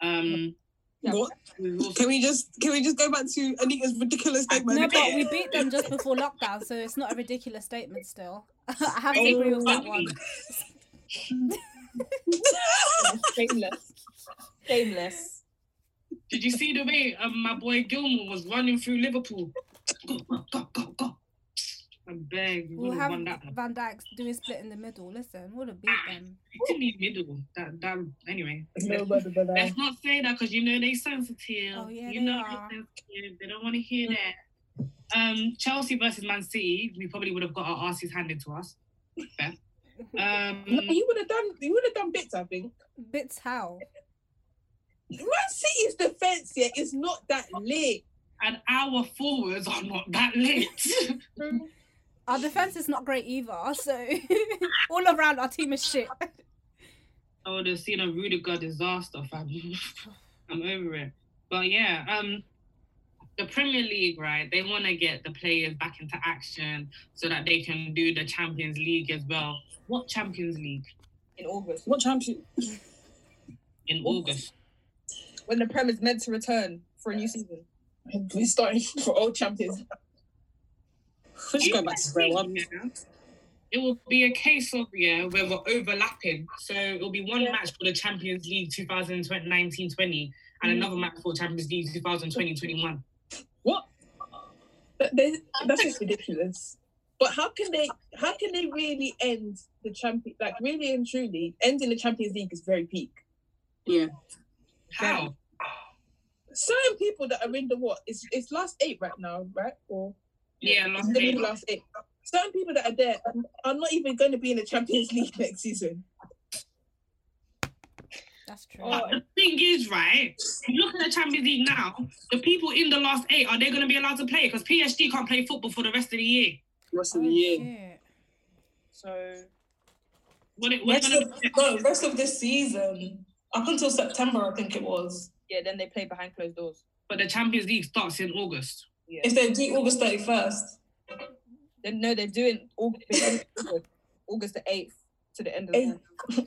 S3: Um,
S18: What? Can we just can we just go back to Anita's ridiculous statement?
S4: No, but we beat them just before lockdown, so it's not a ridiculous statement. Still, I have to
S18: Oh,
S4: agree with that one.
S17: Shameless. Shameless.
S3: Did you see the way um, my boy Gilmore was running through Liverpool? Go, go, go, go, go. I beg, we
S4: We'll
S3: would
S4: have
S3: have won that one.
S4: Van Dyke doing split in the middle. Listen, would have beat them.
S3: It's in the middle. That that anyway.
S6: No,
S3: let's,
S6: but- but, uh,
S3: let's not say that because you know they sensitive.
S4: Oh, yeah,
S3: you
S4: they
S3: know
S4: are. Mm.
S3: they sensitive. They don't want to hear that. Um, Chelsea versus Man City. We probably would have got our asses handed to us. Fair. Um,
S6: No, you would have done. You would have done bits. I think.
S4: Bits how?
S6: Man City's defense here is not that lit.
S3: And our forwards are not that lit.
S4: Our defense is not great either. So all around, our team is shit.
S3: I would have seen a Rudiger disaster, fam. I'm over it. But yeah, um, the Premier League, right? They want to get the players back into action so that they can do the Champions League as well. What Champions League
S17: In August.
S18: What champion?
S3: in August?
S17: When the Prem is meant to return for a new season.
S6: We starting for all champions.
S18: We'll just go back to square one.
S3: It will be a case of yeah, where we're overlapping. So it'll be one match for the Champions League 2019-20 and another match for Champions League 2020-21.
S6: What? That- they- that's just ridiculous. But how can they? How can they really end the champion? Like really and truly, ending the Champions League is very peak.
S18: Yeah.
S3: How?
S6: Certain people that are in the what? It's it's last eight right now, right? Or
S3: Yeah, last
S6: It's gonna be
S3: eight.
S6: last eight. Certain people that are there are not even going to be in the Champions League next season.
S4: That's true.
S3: But the thing is, right? You look at the Champions League now. The people in the last eight are they going to be allowed to play? Because PSG can't play football for the rest of the year.
S18: Rest of the year.
S4: Oh, Shit.
S17: So
S3: What it, what
S7: Rest of,
S3: gonna,
S7: no, rest of this season, up until September, I think it was.
S17: yeah, then they play behind closed doors.
S3: but the Champions League starts in August.
S17: Yeah.
S7: If they do August 31st,
S17: They- no, they're doing August, August the eighth to the end of the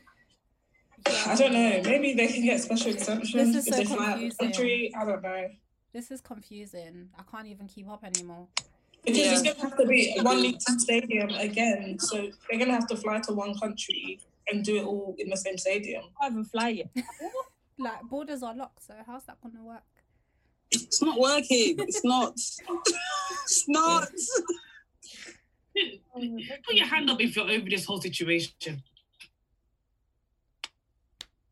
S7: I don't know. Maybe they can get special exemptions.
S4: This is
S7: if
S4: so
S7: they fly out of the
S4: confusing.
S7: country. I don't know.
S4: This is confusing. I can't even keep up anymore.
S7: Because
S18: Yeah.
S7: it's going to have to be one league to stadium again. So they're going to have to fly to one country and do it all in the same stadium.
S17: I haven't fly yet.
S4: Like borders are locked, so how's that gonna work?
S18: It's not working. It's not. it's not. Oh,
S3: Put your hand up if you're over this whole situation.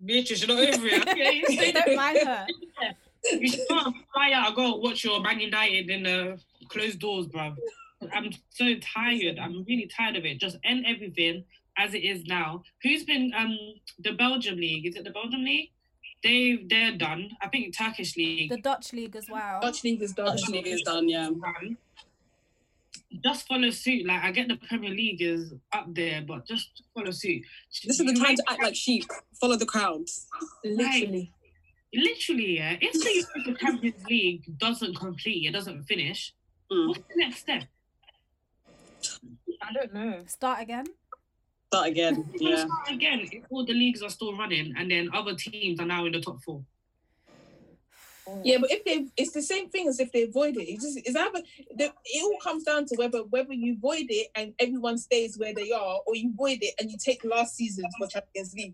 S3: Beatrice, you're not over it. Okay? Stay there.
S4: Don't mind her.
S3: you should not fly out. Go watch your Man United in the closed doors, bruv. I'm so tired. I'm really tired of it. Just end everything as it is now. Who's been um the Belgium league? Is it the Belgium league? They they're done. I think Turkish league.
S4: The Dutch league as well.
S6: Dutch league is done.
S18: Dutch league is done. Yeah.
S3: done. Just follow suit. Like I get the Premier League is up there, but just follow suit.
S18: This is the time to act like sheep. Follow the crowd.
S6: Literally,
S3: literally, yeah. If the Europa Champions League doesn't complete, it doesn't finish.
S18: Mm.
S3: What's the next step?
S17: I don't know.
S4: Start again.
S18: Start again. Yeah.
S3: Start Again, if all the leagues are still running, and then other teams are now in the top four.
S6: Yeah, but if they, it's the same thing as if they avoid it. It's just, it's either the, it all comes down to whether whether you void it and everyone stays where they are, or you void it and you take last season's for Champions League.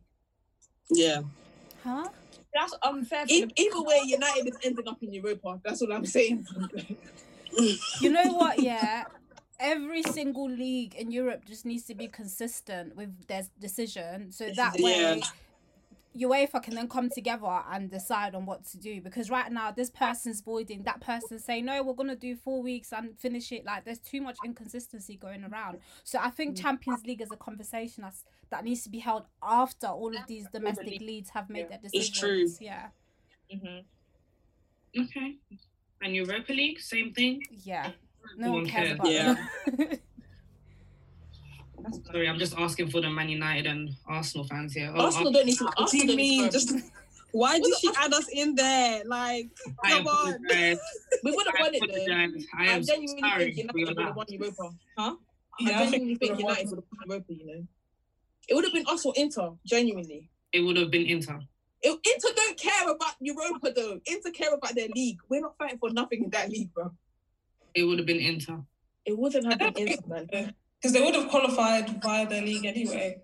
S19: Yeah.
S4: Huh?
S20: That's unfair.
S6: E- either way, United is ending up in Europa. That's what I'm saying.
S4: you know what? Yeah, every single league in Europe just needs to be consistent with their decision, so that way
S20: Yeah.
S4: UEFA can then come together and decide on what to do. Because right now, this person's voiding, that person's saying, "No, we're gonna do four weeks and finish it." Like, there's too much inconsistency going around. So I
S19: Mm.
S4: think Champions League is a conversation that's, that needs to be held after all of these domestic leagues have made their
S19: It's
S4: decisions.
S19: true.
S4: Yeah.
S3: Okay. And Europa League, same thing.
S4: Yeah. No one cares about
S3: Yeah.
S4: That's
S3: Sorry, I'm just asking for the Man United and Arsenal fans here. Oh,
S19: Arsenal don't need to- What do you Arsenal don't mean? need to- Just- Why did she add us in there? Like,
S3: I
S19: come on.
S3: apologize.
S6: We would have
S3: I
S6: won it though.
S3: apologize. I am
S6: I'm genuinely
S3: sorry
S6: thinking
S3: for your
S6: United would
S3: lack.
S6: have won Europa.
S20: Huh?
S3: Yeah, I
S6: I
S3: think
S6: genuinely
S3: we
S6: think
S3: would've won.
S6: United would have won Europa. You know, it would have been us or Inter. Genuinely,
S3: It would have been Inter.
S6: It- Inter don't care about Europa though. Inter care about their league. We're not fighting for nothing in that league, bro.
S3: It would have been Inter.
S6: It wouldn't have been Inter, man.
S7: Because they would have qualified via their league anyway.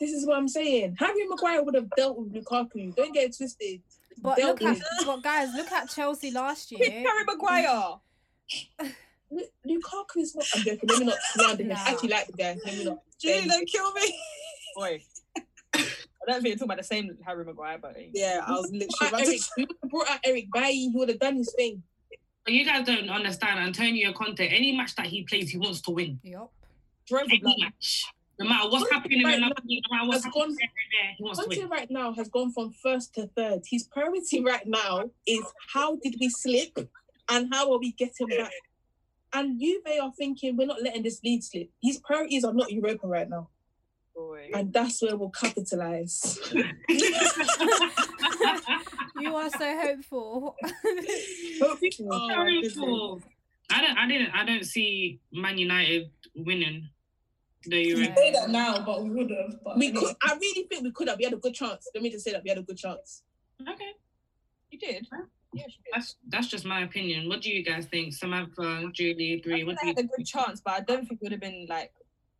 S6: This is what I'm saying. Harry Maguire would have dealt with Lukaku. Don't get it twisted.
S4: But
S6: Dealt
S4: look at,
S6: with-
S4: but guys, look at Chelsea last year.
S6: With
S4: Harry
S20: Maguire.
S6: Lu- Lukaku is not. I'm joking. Let me not slander him.
S20: Nah.
S6: I actually like the guy. Let me not.
S20: Julie, don't kill me. Boy. I don't think you're talking about the same Harry Maguire, but
S19: Yeah, I was
S6: Brought out Eric, we would've brought out Eric Bailly. He would have done his thing.
S3: But you guys don't understand Antonio Conte. Any match that he plays, he wants to win.
S4: Yep.
S3: Any match. No matter what's happening in another league, no matter what's
S6: Has
S3: happening
S6: gone-
S3: there, he wants to
S6: Conte
S3: win.
S6: right now has gone from first to third. His priority right now is how did we slip and how are we getting back? And Juve are thinking we're not letting this lead slip. His priorities are not Europa right now.
S20: Boy.
S6: And that's where we'll capitalize.
S4: You are so hopeful.
S3: Oh
S20: Oh,
S3: Terrible. I don't. I didn't. I don't see Man United winning the Euro.
S7: We say that now, but we would have. But
S6: We could I really think we could have. We had a good chance. Let me just say that we had a good chance.
S3: Okay.
S20: You did. Yeah, she did.
S3: That's that's just my opinion. What do you guys think, Samantha, Julie, agree? What
S20: I
S3: do you?
S20: had a good chance, but I don't think it would have been like,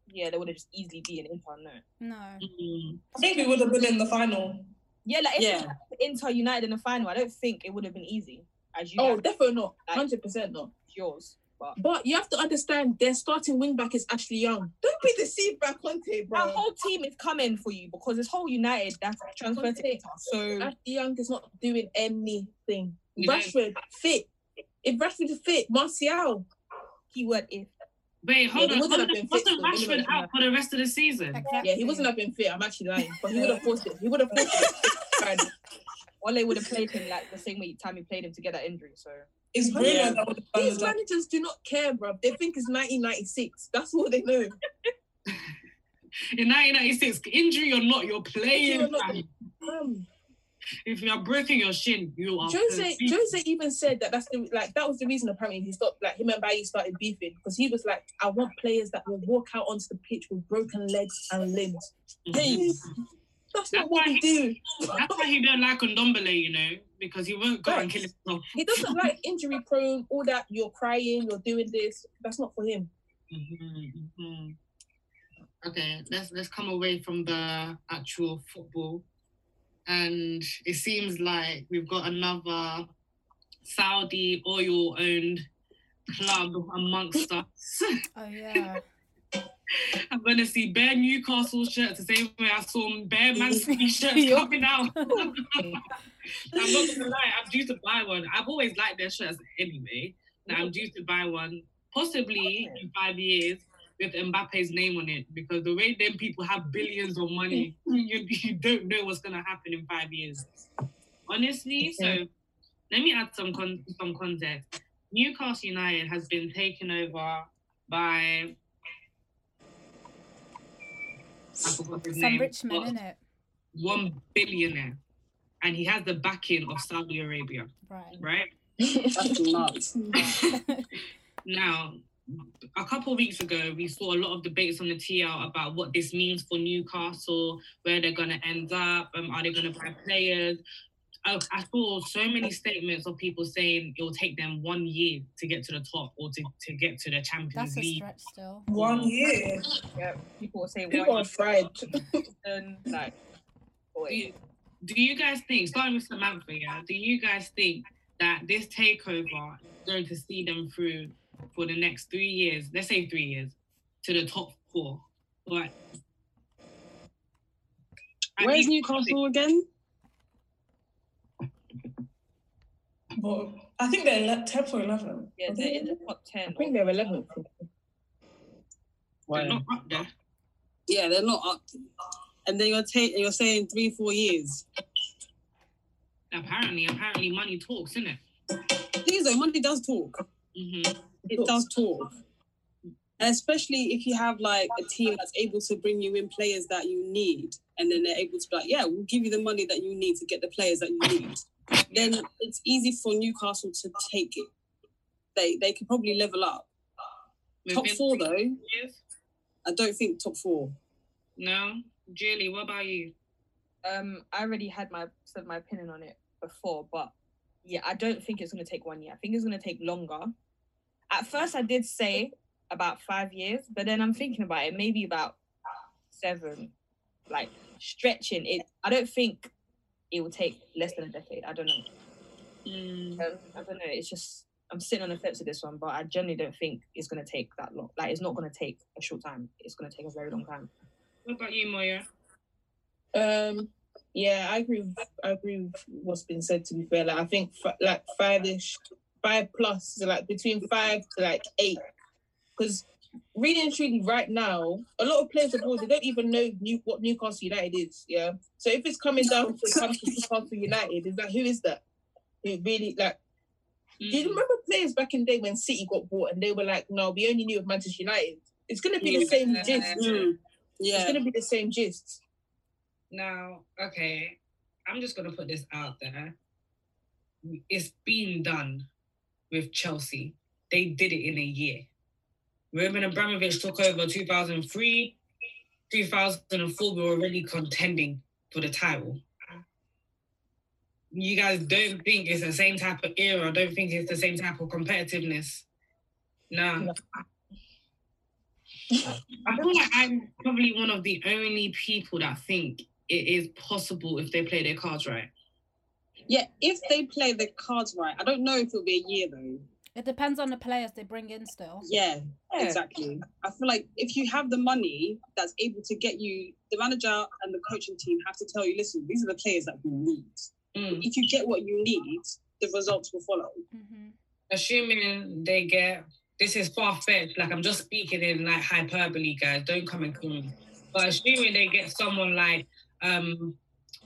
S20: yeah, they would have just easily beaten Inter. No.
S4: No.
S3: Hmm.
S7: I think we would have been in the final.
S20: Yeah, like if
S7: Yeah.
S20: yeah. Inter United in the final, I don't think it would have been easy. As you
S6: Oh,
S20: guys-
S6: definitely not. Hundred percent not.
S20: it's yours. But
S6: But you have to understand their starting wing back is Ashley Young. Don't be deceived by Conte, bro.
S20: our whole team is coming for you because this whole United that's transferred to Inter. So
S6: Ashley Young is not doing anything.
S20: You know-
S6: Rashford fit. If Rashford is fit, Martial.
S20: keyword if.
S3: Wait, hold
S6: Yeah,
S3: on.
S6: he wouldn't have been
S3: Wasn't, wasn't
S6: fit, so he
S3: Rashford
S6: wouldn't have
S3: out for the rest of the season?
S6: Yeah, he wasn't have been fit. I'm actually lying, but he would have forced it. He would have forced it.
S20: Ole would have played him like the same way time he played him to get that injury. So
S7: It's
S3: Oh,
S6: brilliant.
S7: that would have done
S6: These
S7: the job.
S6: managers do not care, bro. They think it's 1996. That's all they know.
S3: In 1996, injury or not, you're playing.
S6: Injury or not,
S3: fam.
S6: Um,
S3: if you're breaking your shin, you are.
S6: Jose,
S3: playing.
S6: Jose even said that that's the like that was the reason apparently he stopped like him and Bailly started beefing because he was like, I want players that will walk out onto the pitch with broken legs and limbs.
S3: Mm-hmm.
S6: Hey, that's not what we do.
S3: That's why he don't like Ndombele, you know, because he won't go and kill himself.
S6: He doesn't like injury prone, all that you're crying, you're doing this. That's not for him.
S3: Mhm, mhm. Okay, let's let's come away from the actual football, and it seems like we've got another Saudi oil-owned club amongst us.
S4: Oh yeah.
S3: I'm gonna see bare Newcastle shirts the same way I saw bare Man City shirts coming out. I'm not gonna lie, I'm due to buy one. I've always liked their shirts anyway. Now I'm due to buy one, possibly in five years, with Mbappe's name on it, because the way them people have billions of money, you, you don't know what's gonna happen in five years. Honestly, so let me add some con- some context. Newcastle United has been taken over by I forgot his
S4: Some
S3: name,
S4: rich men,
S3: but
S4: in it.
S3: one billionaire, and he has the backing of Saudi Arabia,
S4: Right.
S3: right?
S19: That's nuts.
S3: Now, a couple of weeks ago, we saw a lot of debates on the TL about what this means for Newcastle, where they're going to end up, um, are they going to buy players? I, I saw so many statements of people saying it will take them one year to get to the top or to, to get to the Champions
S4: That's a
S3: League.
S4: stretch still.
S3: One year.
S7: Yeah, people will say
S3: People
S7: why
S3: are
S7: you-
S3: fried.
S7: and, like,
S3: Do you, do you guys think, starting with Samantha, yeah, do you guys think that this takeover is going to see them through for the next three years, let's say three years, to the top four? Like, at
S6: Where's
S3: least-
S6: Newcastle again?
S21: But I think they're ele- 10th or 11th.
S7: Yeah, they're in the top 10.
S21: think they're 11th.
S3: They're not up there.
S6: Yeah, they're not up. And then you're taking, you're saying three, four years.
S3: Apparently, apparently, money talks, Mm-hmm. isn't it?
S6: Things though, money does talk. It does talk. And especially if you have like a team that's able to bring you in players that you need, and then they're able to be like, yeah, we'll give you the money that you need to get the players that you need. Then it's easy for Newcastle to take it. They they could probably level up. Top four though,
S3: Yes.
S6: I don't think top four.
S3: No, Julie, what about you?
S7: Um, I already had my said my opinion on it before, but yeah, I don't think it's gonna take one year. I think it's gonna take longer. At first, I did say about five years, but then I'm thinking about it, maybe about seven. Like stretching it, I don't think it will take less than a decade. I don't know. Um, I don't know. It's just I'm sitting on the fence with this one, but I generally don't think it's gonna take that long. Like it's not gonna take a short time. It's gonna take a very long time.
S3: What about you, Moya?
S22: Um, yeah, I agree. With, I agree with what's been said. To be fair, like I think f- like five-ish, five plus, so like between five to like eight. Because really and truly, right now, a lot of players abroad they don't even know New- what Newcastle United is. Yeah, so if it's coming down to it comes to Newcastle United, it's like who is that? Who really like? Do
S3: Mm.
S22: you remember players back in the day when City got bought and they were like, no, we only knew of Manchester United. It's gonna be the
S3: Mm.
S22: same gist.
S3: Mm.
S22: It's
S3: Yeah.
S22: gonna be the same gist.
S3: Now, okay, I'm just gonna put this out there. It's been done with Chelsea. They did it in a year. Roman Abramovich took over 2003, 2004. We were already contending for the title. You guys don't think it's the same type of era? Don't think it's the same type of competitiveness? Nah. I feel like I'm probably one of the only people that think it is possible if they play their cards right.
S6: Yeah, if they play the cards right, I don't know if it'll be a year though.
S4: It depends on the players they bring in still.
S6: Yeah, exactly. I feel like if you have the money that's able to get you, the manager and the coaching team have to tell you, listen, these are the players that we need.
S22: Mm.
S6: If you get what you need, the results will follow.
S4: Mm-hmm.
S3: Assuming they get this is far fetched, like I'm just speaking in like hyperbole, guys. Don't come and call me. But assuming they get someone like um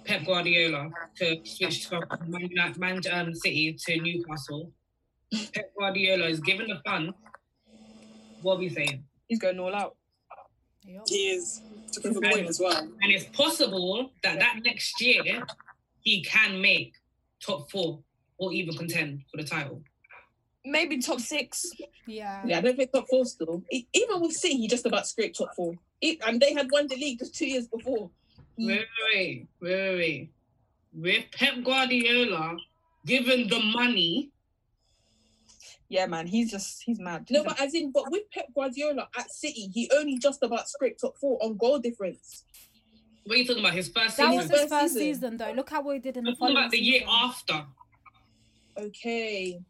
S3: Pep Guardiola to switch from Man, Uni- Man um, City to Newcastle, Pep Guardiola is given the funds. What are we saying?
S7: He's going all out.
S6: He is to prove a
S3: And-
S6: point as well.
S3: And it's possible that that next year he can make top four or even contend for the title.
S7: Maybe top six.
S4: Yeah.
S22: Yeah, I don't think top four still. E- Even with City, he just about scraped top four. E- And they had won the league just two years before.
S3: Wait, wait, wait, wait, wait. With Pep Guardiola given the money,
S7: Yeah, man, he's just he's mad.
S22: No, but as in, but with Pep Guardiola at City, he only just about scraped top four on goal difference.
S3: what are you talking about? His first
S4: That
S3: season.
S4: was his first season though. Look how what he did in the
S3: I'm talking
S4: following
S3: about the year
S4: season.
S3: after.
S22: Okay.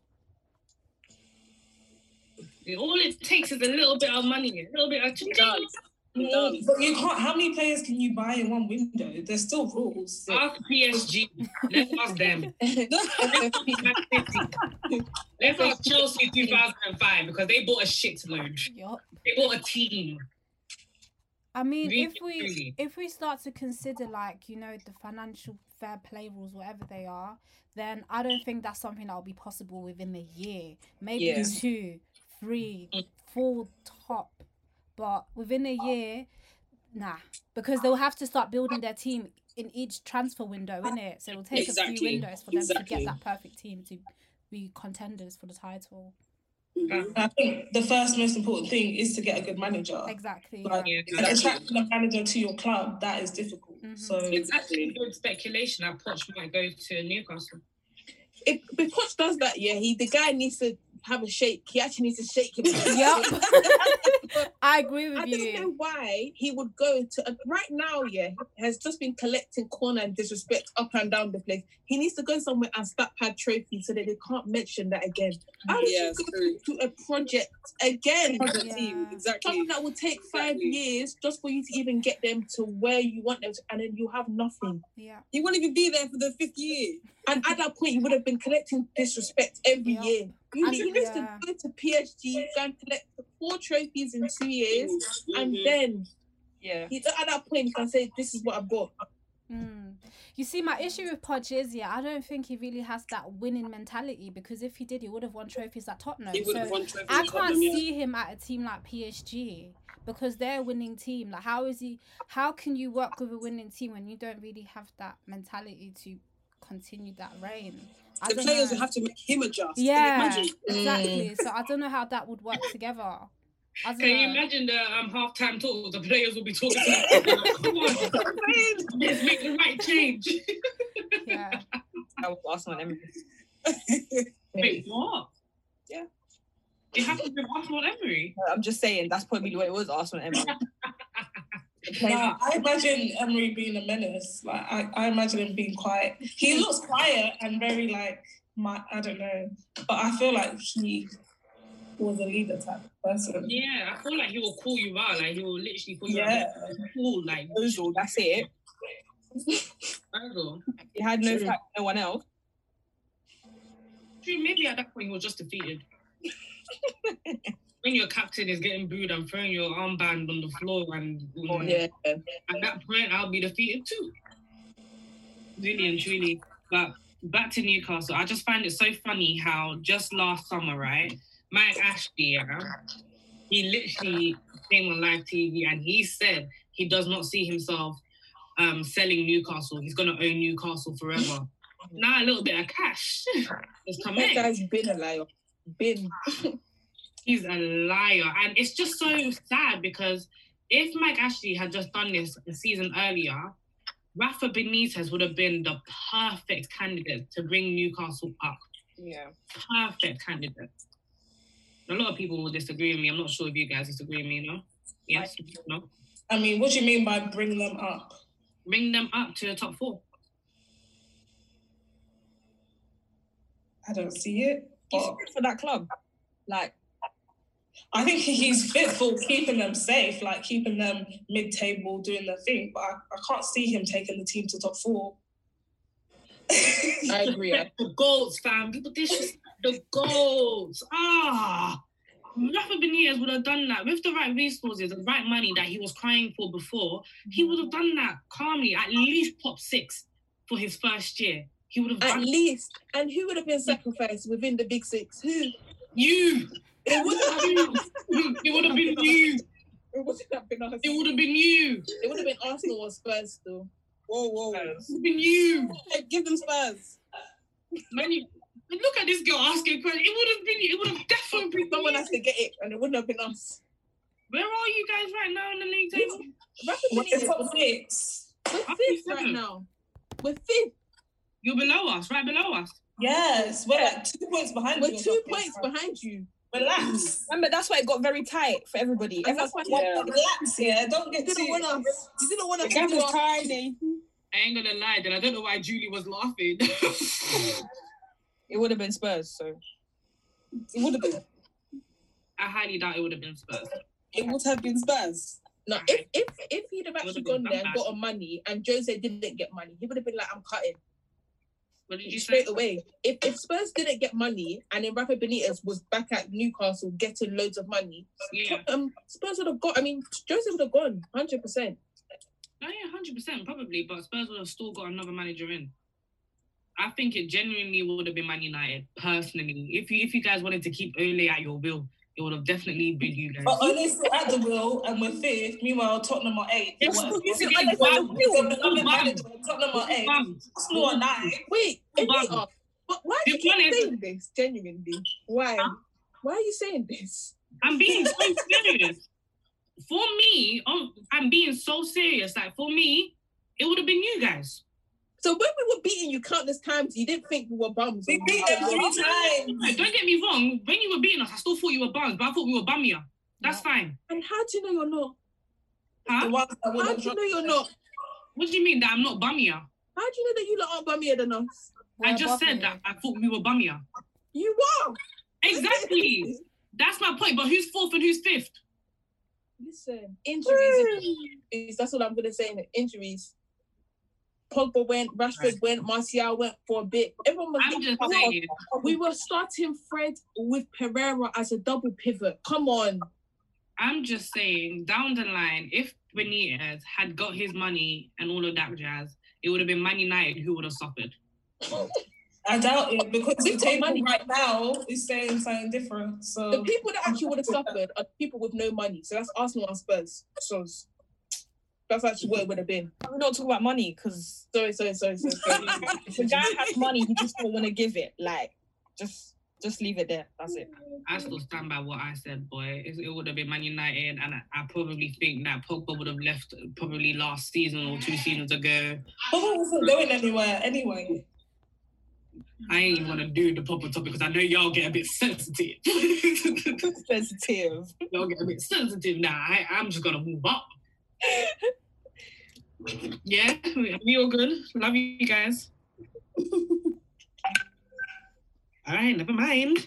S3: All it takes is a little bit of money, a little bit of
S21: But you can't. How many players can you buy in one window? There's still rules.
S3: Ask PSG. Let's ask them. Let's ask Man City. Let's ask Chelsea 2005 because they bought a shitload. They bought a team.
S4: I mean,
S3: Really,
S4: if we
S3: really.
S4: if we start to consider like you know the financial fair play rules, whatever they are, then I don't think that's something that will be possible within a year. Maybe
S7: Yeah.
S4: two, three, four top, but within a year, nah, because they'll have to start building their team in each transfer window, innit? So it'll take a few
S6: Exactly,
S4: windows for them to
S6: exactly.
S4: get that perfect team to be contenders for the title.
S6: And I think the first most important thing is to get a good manager.
S4: Exactly.
S6: Like,
S3: Yeah,
S6: like,
S3: exactly.
S6: attracting a manager to your club that is difficult. So
S3: It's actually good speculation that Poch might go to Newcastle.
S5: If, if Poch does that, yeah, he the guy needs to have a shake. He actually needs to shake him.
S4: Yup. I agree with
S5: I
S4: you.
S5: don't know why he would go to uh, right now. Yeah, has just been collecting corner and disrespect up and down the place. He needs to go somewhere and start pad trophy so that they can't mention that again. I would
S8: Yeah,
S5: just go to a project again.
S8: Project team, exactly.
S5: Something that will take five years just for you to even get them to where you want them to, and then you have nothing.
S4: Yeah.
S5: You won't even be there for the fifth year. And at that point, you would have been collecting disrespect every year. You
S4: And-
S5: need, you need to
S4: yeah.
S5: go to PSG, go and collect the four trophies in two years,
S8: Mm-hmm.
S5: and then
S9: yeah.
S5: you, at that point, you can say, This is what I've got.
S4: Mm. You see, my issue with Podge is, yeah, I don't think he really has that winning mentality because if he did, he would have won trophies at Tottenham.
S8: He would have
S4: So
S8: won trophies
S4: I
S8: at
S4: can't
S8: Tottenham, yeah.
S4: see him at a team like PSG because they're a winning team. Like, how is he? How can you work with a winning team when you don't really have that mentality to continue that reign? I
S8: The
S4: don't
S8: players
S4: know.
S8: will have to make him adjust. Can you
S4: Yeah,
S8: imagine?
S4: exactly. So I don't know how that would work together. I don't
S3: Can you
S4: know.
S3: imagine the um, half-time talk? The players will be talking. to each other. Come on, let's make the right change.
S4: Yeah.
S9: I was Arsenal and Emery.
S3: Wait, what?
S8: Yeah.
S3: It happened with Arsenal and Emery.
S9: I'm just saying that's probably what it was Arsenal and Emery.
S6: Nah, I imagine Emery being a menace. Like I, I imagine him being quiet. He looks quiet and very like my I don't know. But I feel like he was a leader type of person.
S3: Yeah, I feel like he will call you out. Like he will literally call you
S6: Yeah.
S3: out. Cool, like
S9: Ozil, that's it.
S3: Ozil.
S9: He had no
S3: True.
S9: fact, no one else.
S3: True, maybe at that point he was just defeated. when your captain is getting booed and throwing your armband on the floor, and you
S7: Oh,
S3: know, at that point I'll be defeated too. Really and truly. But back to Newcastle, I just find it so funny how just last summer, right, Mike Ashley, yeah, he literally came on live TV and he said he does not see himself um, selling Newcastle. He's going to own Newcastle forever. Now a little bit of cash has come
S5: That
S3: in.
S5: guy's been a liar. Been.
S3: He's a liar. And it's just so sad because if Mike Ashley had just done this a season earlier, Rafa Benitez would have been the perfect candidate to bring Newcastle up.
S9: Yeah.
S3: Perfect candidate. A lot of people will disagree with me. I'm not sure if you guys disagree with me, no? Yes? No?
S6: I mean, what do you mean by bring them up?
S3: Bring them up to the top four.
S6: I don't see it.
S9: He's
S6: But
S9: fit for that club. Like
S6: I think he's fit for keeping them safe, like keeping them mid table, doing their thing. But I, I can't see him taking the team to top four.
S5: I agree. I-
S3: The goals, fam. People disrespect the goals. Ah. Rafa Benitez would have done that with the right resources, the right money that he was crying for before. He would have done that calmly, at least top six for his first year. He would have
S5: At
S3: done
S5: least. And who would have been sacrificed within the big six? Who?
S3: you.
S5: It would have been
S3: You. It would have been you.
S5: It wouldn't have been us.
S3: It would have been you.
S5: It would have been Arsenal or Spurs though.
S8: Whoa, whoa.
S3: It would have been you.
S8: Hey, give them Spurs.
S3: Man, you- look at this girl asking questions. It would have been you. It would have definitely been
S5: Someone
S3: you.
S5: has to get it, and it wouldn't have been us.
S3: Where are you guys right now in the league table?
S5: Rapid
S6: We're
S5: Benitez,
S6: top six.
S5: we're fifth
S3: Seven.
S5: right now. We're fifth.
S3: You're below us, right below us.
S6: Yes, we're like two points behind. you
S5: We're
S6: or
S5: two
S6: something.
S5: points behind you. Mm.
S6: Relax.
S9: remember that's why it got very tight for everybody.
S5: And
S9: Everyone
S5: that's why
S6: Yeah. Relax, yeah. Don't
S5: you
S6: get
S5: didn't
S6: too.
S5: want us. You didn't want us to do our-
S8: tiny.
S3: I ain't gonna lie, then I don't know why Julie was laughing.
S9: it would have been Spurs, so
S8: It would have been.
S3: I highly doubt it would have been Spurs.
S8: It would have been Spurs.
S5: No, if if if he'd have actually
S3: Would've
S5: gone
S3: been
S5: there and got
S3: fantastic.
S5: on money, and Jose didn't get money, he would have been like, "I'm cutting
S3: What did you say?
S5: straight away." If if Spurs didn't get money, and then Rafa Benitez was back at Newcastle getting loads of money,
S3: Yeah.
S5: um, Spurs would have got. I mean, Jose would have gone, hundred percent.
S3: No, yeah, hundred percent probably, but Spurs would have still got another manager in. I think it genuinely would have been Man United, personally. If you if you guys wanted to keep Ole at your will, it would have definitely been you guys.
S6: But
S5: Uh,
S6: Ole's still at the wheel and we're fifth. Meanwhile, Tottenham are eight.
S3: Yes,
S6: What?
S3: he's
S6: We're
S3: at the
S6: going-
S3: wheel.
S6: we're becoming
S3: He's
S6: manager, Tottenham are eight.
S3: Bums.
S6: Arsenal are nine.
S5: Wait, if
S3: Bum.
S5: they are, but why do
S3: The
S5: you keep
S3: plan is-
S5: saying this? Genuinely, why?
S7: Why are you saying this?
S3: I'm being so serious. For me, um, I'm being so serious. Like for me, it would have been you guys.
S7: So when we were beating you countless times, you didn't think we were bums. We
S3: beat them three times. Don't get me wrong. When you were beating us, I still thought you were bums, but I thought we were bummier. That's fine.
S7: And how do you know you're not?
S3: Huh?
S7: How do you know you're not?
S3: What do you mean that I'm not bummier?
S7: How do you know that you lot aren't bummier than us?
S3: I just said that I thought we were bummier.
S7: You were.
S3: Exactly. That's my point. But who's fourth and who's fifth?
S7: Listen, injuries. injuries that's what I'm gonna say. innit? Injuries. Pogba went, Rashford went, Martial went for a bit. Everyone was
S3: I'm
S7: getting
S3: just
S7: covered.
S3: saying.
S7: We were starting Fred with Pereira as a double pivot. Come on.
S3: I'm just saying, down the line, if Benitez had got his money and all of that jazz, it would have been Man United who would have suffered.
S6: I doubt it because the
S3: We've got
S6: table
S3: money.
S6: right now is saying something different. So
S7: The people that actually would have suffered are people with no money. So that's Arsenal and Spurs. So that's actually what it would have been.
S9: We're not talking about money because
S7: sorry, sorry, sorry, sorry. sorry.
S9: the guy has money, he just don't want to give it. Like, just just leave it there. That's it.
S3: I still stand by what I said, boy. It, it would have been Man United, and I, I probably think that Pogba would have left probably last season or two seasons ago.
S6: Pogba wasn't going anywhere anyway.
S3: I ain't even gonna do the Pogba topic because I know y'all get a bit sensitive.
S9: sensitive.
S3: Y'all get a bit sensitive now. I, I'm just gonna move up. yeah, we we all good. Love you guys. all right, never mind.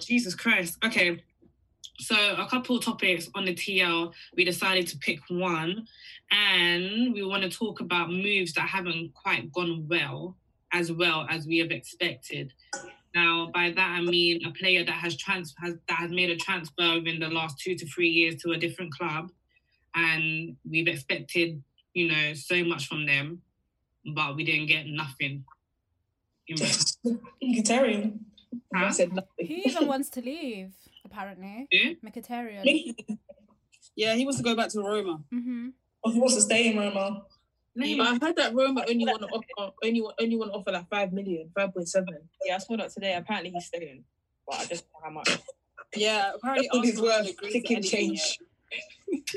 S3: Jesus Christ. Okay. So a couple topics on the TL. We decided to pick one, and we want to talk about moves that haven't quite gone well, as well as we have expected. Now, by that I mean a player that has trans has, that has made a transfer within the last two to three years to a different club, and we've expected you know so much from them, but we didn't get nothing. in return.
S6: Mkhitaryan.
S3: Huh?
S4: He even wants to leave, apparently. Mkhitaryan.
S8: Yeah, he wants to go back to Roma.
S4: Mm-hmm.
S6: Or Oh, he wants to stay in Roma.
S7: I heard that Roma only want to offer only want- only want to offer like five million, five point seven.
S9: Yeah, I saw that today. Apparently he's staying. But I just don't know how much.
S8: Yeah, apparently
S6: That's what he's
S8: Arsenal
S6: worth,
S8: haven't agreed to
S6: ticket
S8: anything yet.
S6: change.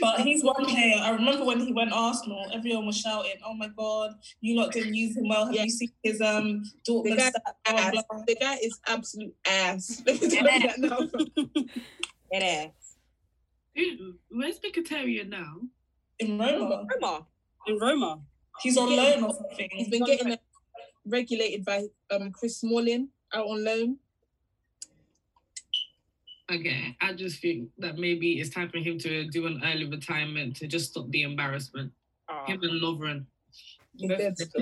S6: But he's one player. I remember when he went Arsenal, everyone was shouting, "Oh my god, you lot didn't use him well. Have you seen his um
S7: The
S6: Dortmund
S7: guy,
S6: stats?"
S7: ass. the guy is absolute ass. Let me tell you that now.
S9: It is.
S3: Who- Where's Mkhitaryan now?
S6: In Roma.
S9: Roma.
S8: In Roma.
S6: He's on loan or something.
S7: He's been getting regulated by um Chris Smalling out on loan.
S3: Okay, I just think that maybe it's time for him to do an early retirement to just stop the embarrassment.
S9: uh,
S3: Him and Lovren. They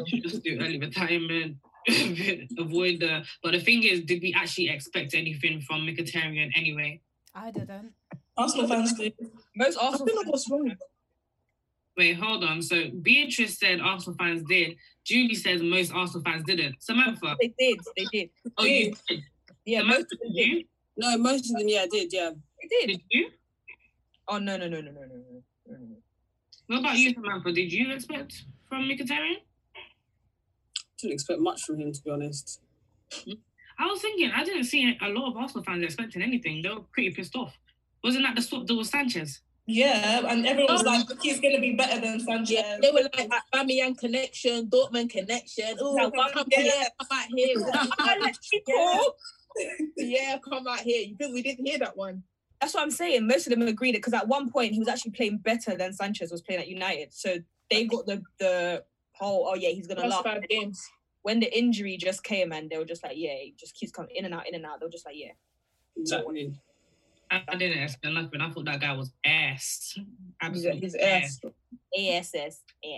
S3: should just do early retirement, avoid the. But the thing is, did we actually expect anything from Mkhitaryan anyway?
S4: I didn't.
S6: Arsenal fans do.
S9: Most Arsenal
S6: fans. What's wrong?
S3: Wait, hold on. So Beatrice said Arsenal fans did. Julie says most Arsenal fans didn't. Samantha.
S9: They did. They did.
S3: Oh, you did.
S9: Yeah,
S3: Samantha, did you?
S8: No, most of them, yeah, did, yeah.
S9: They did.
S3: Did you?
S9: Oh no no no no no no no, no. no.
S3: What about you, Samantha? Did you expect from Mkhitaryan?
S8: Didn't expect much from him, to be honest.
S3: I was thinking, I didn't see a lot of Arsenal fans expecting anything. They were pretty pissed off. Wasn't that the swap deal with Sanchez?
S6: Yeah, and everyone was like, "He's gonna be better than Sanchez."
S7: Yeah, they were like Bamiyan connection, Dortmund connection. Oh,
S6: That one,
S7: come,
S6: yeah.
S7: yeah, come out here. yeah.
S9: Cool.
S7: yeah, come out here. You think we didn't hear that one?
S9: That's what I'm saying. Most of them agreed it because at one point he was actually playing better than Sanchez was playing at United. So they got the the whole oh yeah he's gonna last
S7: Last five games.
S9: When the injury just came and they were just like yeah he just keeps coming in and out in and out. They were just like yeah.
S8: Exactly.
S3: I, I didn't expect nothing. I thought that guy was ass. Absolutely
S7: His ass.
S9: Ass, ass,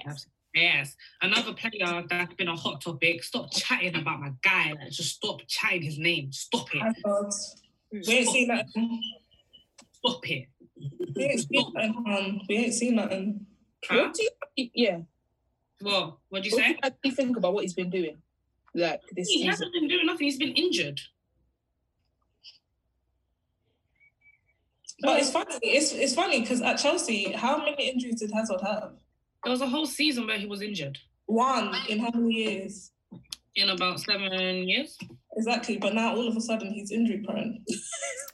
S9: ass.
S3: Yes, another player that's been a hot topic. Stop chatting about my guy. Like, just stop chatting his name. Stop it.
S6: We ain't seen that.
S3: Stop it.
S6: We ain't seen nothing. Um, we ain't seen nothing.
S3: Huh?
S7: What do you? Yeah.
S3: What? What do you
S7: What
S3: say?
S7: do you actually think about what he's been doing? Like this
S3: He
S7: season.
S3: hasn't been doing nothing. He's been injured.
S6: But it's funny. It's it's funny because at Chelsea, how many injuries did Hazard have?
S3: There was a whole season where he was injured.
S6: One in how many years?
S3: in about seven years.
S6: Exactly, but now all of a sudden he's injury prone.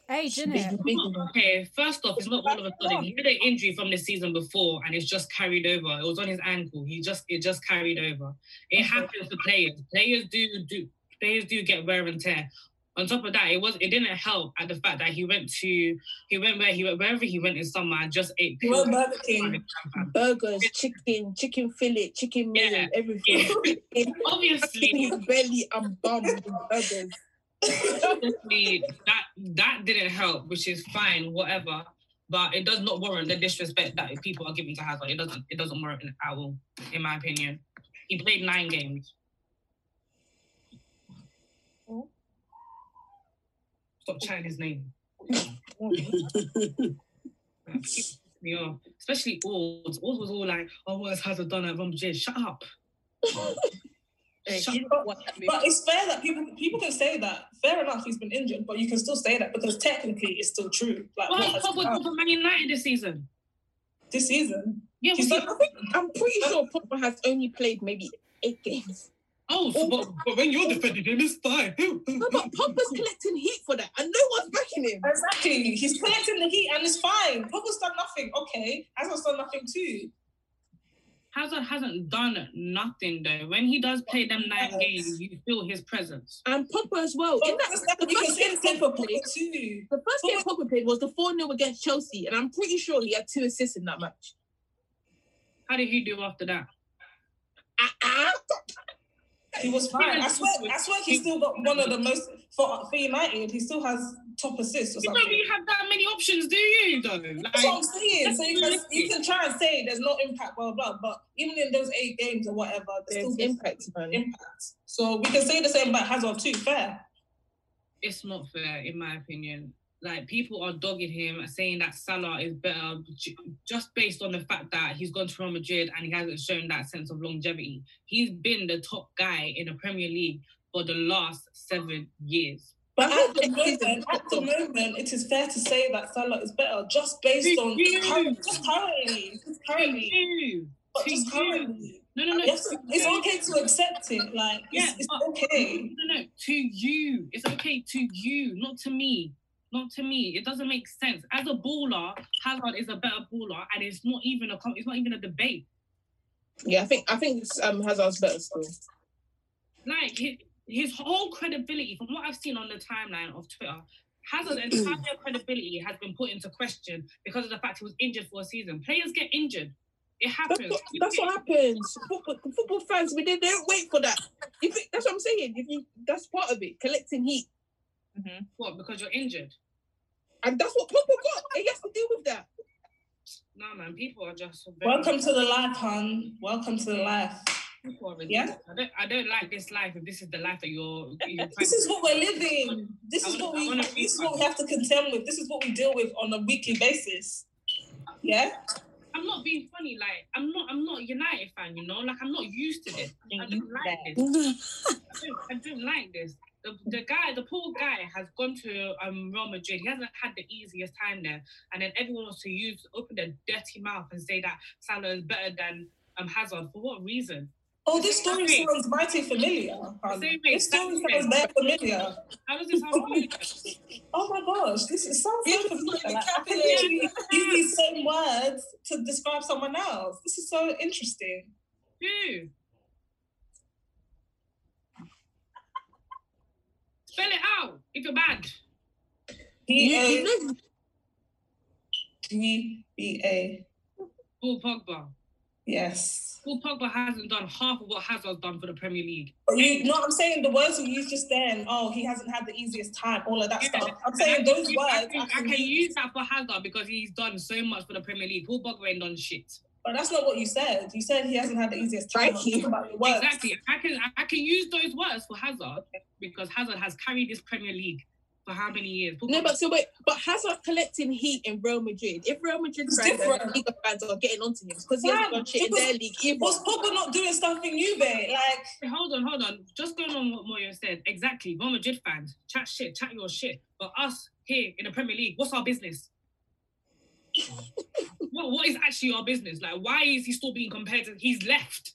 S4: Hey,
S6: Jeanette.
S3: Oh, Okay, first off, it's not all of a sudden. He had an injury from the season before, and it's just carried over. It was on his ankle. He just it just carried over. It happens to players. Players do do players do get wear and tear. On top of that, it was it didn't help at the fact that he went to he went where he went wherever he went in summer and just ate.
S5: He went
S3: pills.
S5: Burger King. burgers, chicken, chicken fillet, chicken meal, everything.
S3: Obviously,
S5: his belly and bum with burgers.
S3: Obviously, that that didn't help, which is fine, whatever. But it does not warrant the disrespect that people are giving to Hazard. It doesn't. It doesn't warrant it at all, in my opinion. He played nine games. Stop chanting his name. me off. Especially Ords. Ords was all like, "Oh, what has Hazard done at Rom Shut up." Shut
S6: But, but it's fair that people people can say that. Fair enough, he's been injured, but you can still say that because technically it's still true. Like
S3: Well,
S6: what
S3: he
S6: has
S3: put with
S6: happened?
S3: Pogba Man United this season.
S6: This season?
S3: Yeah,
S6: He's
S3: but-
S6: done
S5: I'm pretty sure Pogba has only played maybe eight games.
S3: Oh, so but, but when you're defending him, it's fine. no,
S5: but Pogba's collecting heat for that, and no one's backing him.
S6: Exactly. He's collecting the heat and it's fine. Pogba's done nothing. Okay. Hazard's done nothing too.
S3: Hazard hasn't done nothing though. When he does play them nine games, you feel his presence.
S5: And Pogba as well. In that, the first game Pogba played, the first game Pogba played was the 4 0 against Chelsea, and I'm pretty sure he had two assists in that match.
S3: How did he do after that?
S6: He was fine. I swear, I swear he's still got one of the most for, for United, he still has top assists or
S3: You
S6: something.
S3: don't really have that many options, do you? Though,
S6: That's what I'm
S3: Like-
S6: saying. So you can, you can try and say there's no impact, blah, blah, blah. But even in those eight games or whatever, there's, still
S5: impact,
S6: impact. So we can say the same about Hazard too. Fair.
S3: it's not fair, in my opinion. Like people are dogging him, and saying that Salah is better ju- just based on the fact that he's gone to Real Madrid and he hasn't shown that sense of longevity. He's been the top guy in the Premier League for the last seven years.
S6: But at the moment, at the moment, it is fair to say that Salah is better just based on current, just currently, just
S3: currently,
S6: but just currently.
S3: No, no, no.
S6: Yes, it's okay to accept it. Like,
S3: Yeah,
S6: it's, it's
S3: but-
S6: okay.
S3: No, no, to you. It's okay to you, not to me. Not to me. It doesn't make sense. As a baller, Hazard is a better baller, and it's not even a com- it's not even a debate.
S5: Yeah, I think I think it's, um, Hazard's better still.
S3: Like his, his whole credibility, from what I've seen on the timeline of Twitter, Hazard's entire credibility has been put into question because of the fact he was injured for a season. Players get injured. It
S5: That's
S3: happens.
S5: what, that's what happens. Football, football fans, we they don't wait for that. You think, that's what I'm saying. If you, that's part of it, collecting heat,
S6: Mm-hmm.
S3: What? Because you're injured.
S5: and that's what Pogba got. And He has to deal with that.
S3: No man, people are just very-
S6: Welcome to the life, hon. Welcome to the life.
S3: People are
S6: Yeah.
S3: ridiculous. I don't, I don't like this life. If this is the life that you're, you're
S6: This
S3: trying-
S6: is what we're living. This
S3: I
S6: is
S3: wanna-
S6: what
S3: I
S6: we.
S3: wanna be
S6: This is what we have to contend with. This is what we deal with on a weekly basis. Yeah.
S3: I'm not being funny. Like I'm not. I'm not a United fan. You know. Like I'm not used to this. I don't like
S6: Oh,
S3: this. I don't, I don't like this. The, the guy, the poor guy, has gone to um Real Madrid. He hasn't had the easiest time there, and then everyone wants to use open their dirty mouth and say that Salah is better than um Hazard. For what reason?
S6: Oh, this story sounds mighty familiar.
S3: The same way,
S6: This story
S3: exactly.
S6: sounds very familiar.
S3: How does it sound familiar?
S6: Oh my gosh, this is sounds so familiar. Like, I can
S3: Yeah.
S6: literally use these same words to describe someone else. This is so interesting.
S3: Who? Spell it out if you're bad.
S6: P
S3: You- you
S6: A G B A.
S3: Paul Pogba.
S6: Yes.
S3: Paul Pogba hasn't done half of what Hazard's done for the Premier League.
S6: But You know what I'm saying? The words you used just then, oh, he hasn't had the easiest time, all of that stuff. I'm saying
S3: And I
S6: those
S3: can-
S6: words.
S3: I can, I
S6: actually-
S3: can use that for Hazard because he's done so much for the Premier League. Paul Pogba ain't done shit.
S6: But that's not what you said. You said he hasn't had the easiest time. I'm talking about your words.
S3: Exactly. I can I- I can use those words for Hazard because Hazard has carried this Premier League for how many years? Paul
S5: No,
S3: Pogba-
S5: but so wait, but Hazard collecting heat in Real Madrid. If Real Madrid
S6: It's
S5: fans and
S6: different.
S5: Liga fans are getting onto him because he hasn't
S3: Fam,
S5: done shit in their
S3: because-
S5: league. Either.
S6: Was Pogba not doing something new, babe? Like,
S3: hold on, hold on. Just going on what Moyo said. Exactly. Real Madrid fans, chat shit, chat your shit. But us here in the Premier League, what's our business? what, what is actually our business? Like, why is he still being compared to? He's left.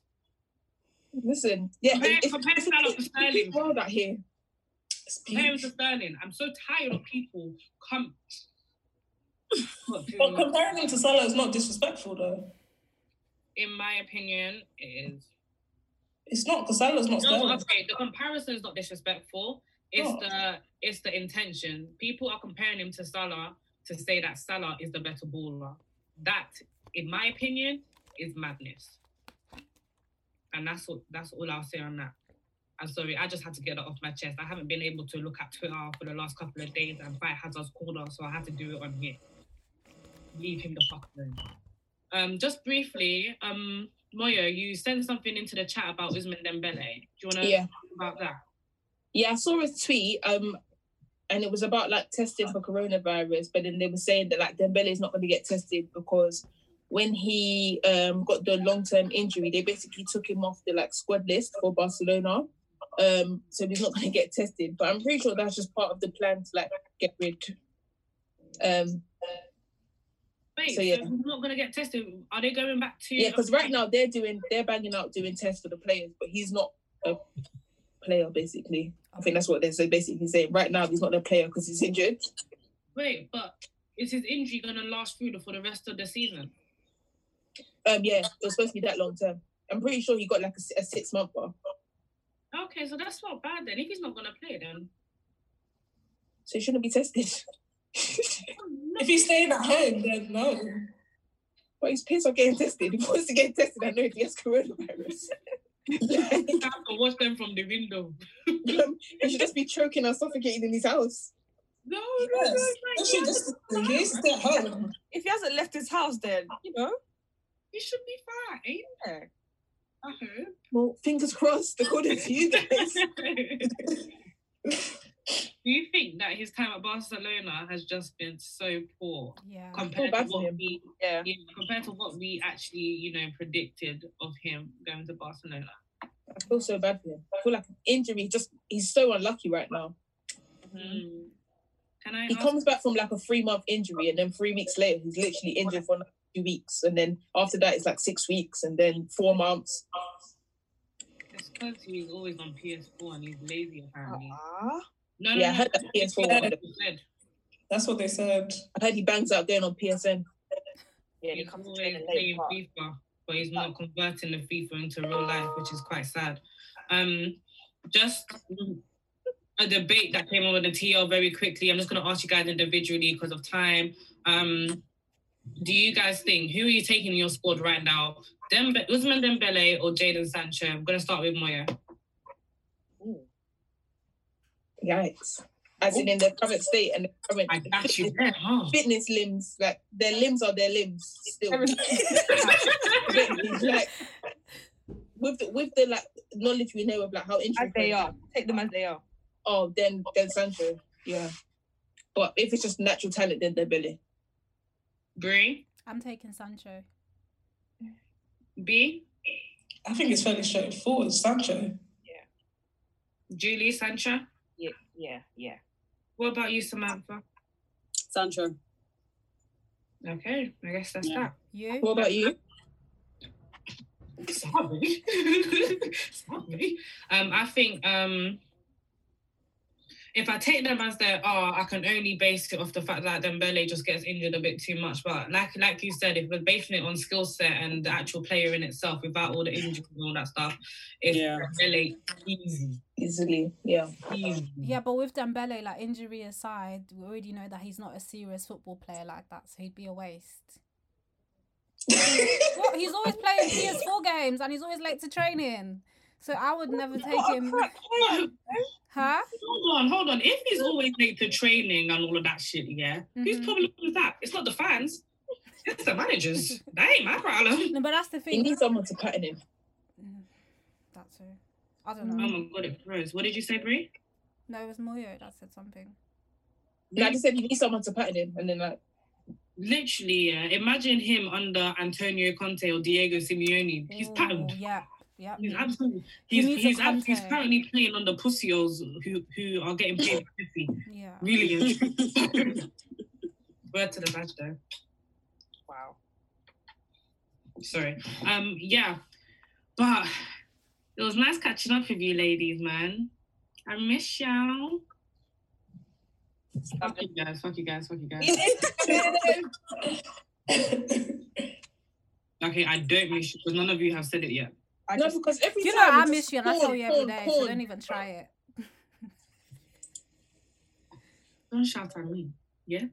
S7: Listen, yeah,
S3: Compare-
S7: it's,
S3: compare
S7: it's,
S3: Salah to
S7: it's
S3: Sterling.
S7: a world out here.
S3: Comparing to Sterling, I'm so tired of people come.
S6: But comparing him to Salah is not disrespectful, though.
S3: In my opinion, it is.
S6: It's not because Salah's not
S3: No,
S6: Sterling.
S3: okay, the comparison is not disrespectful. It's
S6: Oh.
S3: the it's the intention. People are comparing him to Salah to say that Salah is the better baller. That, in my opinion, is madness. And that's what that's all I'll say on that. I'm sorry, I just had to get that off my chest. I haven't been able to look at Twitter for the last couple of days and fight Hazard's corner, so I had to do it on here. Leave him the fuck alone. Um, just briefly, um, Moyo, you sent something into the chat about Usman Dembele. Do you want to
S7: Yeah.
S3: talk about that?
S7: Yeah, I saw a tweet, um, and it was about like testing for coronavirus, but then they were saying that like Dembele is not going to get tested because when he um got the long term injury, they basically took him off the like squad list for Barcelona. Um, so he's not going to get tested, but I'm pretty sure that's just part of the plan to like get rid. Um,
S3: Wait,
S7: So,
S3: so,
S7: yeah.
S3: he's not going to get tested. Are they going back to.
S7: yeah, because right now they're doing they're banging out doing tests for the players, but he's not a player basically. I think that's what they're so basically saying. Right now he's not a player because he's injured.
S3: Wait, but is his injury going to last through the, for the rest of the season?
S7: Um, yeah, it was supposed to be that long term. I'm pretty sure he got like a, si- a six month bar.
S3: Okay, so that's not bad then. If he's not going to play, then.
S7: So he shouldn't be tested.
S6: If he's staying at home, then no.
S7: But he's pissed off getting tested. He wants to get tested. I know if he has coronavirus.
S3: I have to watch them from the window.
S7: Um, he should just be choking and suffocating in his house.
S3: No,
S6: no, no, Yes. no, They should no. just- he needs to stay at home.
S9: If he hasn't left his house, then you know
S3: he should be fine.
S9: Yeah.
S3: I hope.
S7: Well, fingers crossed, according to you guys.
S3: Do you think that his time at Barcelona has just been so poor
S4: Yeah.
S3: compared to
S7: bad for
S3: what
S7: him.
S3: we
S9: yeah.
S3: yeah, compared to what we actually you know predicted of him going to Barcelona?
S7: I feel so bad for him. I feel like an injury just he's so unlucky right now.
S9: Mm-hmm.
S3: Mm. Can I?
S7: Mm-hmm. He
S3: ask-
S7: comes back from like a three month injury and then three weeks later he's literally injured for another two weeks and then after that it's like six weeks and then four months.
S3: It's because he's always on PS4 and he's lazy apparently.
S9: Ah,
S3: No, no,
S7: Uh-uh. Yeah, I
S3: no,
S7: heard that PS4 one.
S3: that's what he said.
S6: That's what they said.
S7: I heard he bangs out going on PSN.
S9: yeah, he
S3: He's
S9: comes to
S3: always
S9: training late.
S3: playing
S9: but-
S3: FIFA, but he's not converting the FIFA into real life, which is quite sad. Um, just a debate that came on with the TL very quickly. I'm just going to ask you guys individually because of time. Um, do you guys think who are you taking in your squad right now? Dembe- Usman Dembele or Jaden Sancho? I'm going to start with Moya.
S7: Yikes. As in, in their current state and their
S3: I
S7: current
S3: got you there, huh?
S7: fitness limbs, like their limbs are their limbs still. like with the, with the like knowledge we know of like how
S9: As
S7: injured
S9: they are, take them as they are.
S7: Oh, then then Sancho, yeah. But if it's just natural talent, then they're Billy.
S3: Bree,
S4: I'm taking Sancho.
S3: B,
S6: I think it's fairly straightforward. Sancho.
S3: Julie, Sancho.
S9: Yeah, yeah, yeah.
S3: What about you, Samantha?
S8: Sancho.
S9: Mm.
S3: Okay, I guess that's
S8: Yeah.
S4: You?
S7: What about you?
S3: that. Sorry. Sorry. Um, I think um if I take them as they are, I can only base it off the fact that Dembele just gets injured a bit too much. But like like you said, if we're basing it on skill set and the actual player in itself, without all the injuries and all that stuff, it's
S8: Yeah.
S3: Dembele easy,
S7: Easily, yeah.
S3: easy.
S4: Yeah, but with Dembele, like injury aside, we already know that he's not a serious football player like that, so he'd be a waste. what? He's always playing PS4 games and he's always late to training. So I would never take him. Huh?
S3: Hold on, hold on. If he's always late to training and all of that shit, yeah, whose
S4: Mhm.
S3: problem is that? It's not the fans. It's the managers. that ain't my problem.
S4: No, but that's the
S7: He
S4: thing.
S7: needs someone to pattern him.
S4: That's who. I
S3: Oh
S4: don't know.
S3: my god, it froze. What did you say, Brie?
S4: No, it was Moyo that said something.
S7: Like I just said, he needs someone to pattern him, and then like
S3: Literally, yeah. Imagine him under Antonio Conte or Diego Simeone. He's
S4: Ooh,
S3: patterned.
S4: Yep. Yep.
S3: He's absolutely.
S4: He
S3: He's
S4: needs a
S3: he's, ab- he's
S4: Conte.
S3: currently playing under pussios who who are getting paid pussy.
S4: Yeah.
S3: Really. and- Word to the badge, though.
S9: Wow.
S3: Sorry. Um. Yeah. But It was nice catching up with you ladies, man. I miss y'all. Fuck you guys, fuck you guys, fuck you guys. okay, I don't miss you because none of you have said it yet. I
S5: no, because every
S4: You know
S5: time
S4: I
S5: it's
S4: miss you and I
S5: porn,
S4: tell you every
S5: porn,
S4: day, so
S5: porn.
S4: don't even try it.
S3: Don't shout at me. Yeah?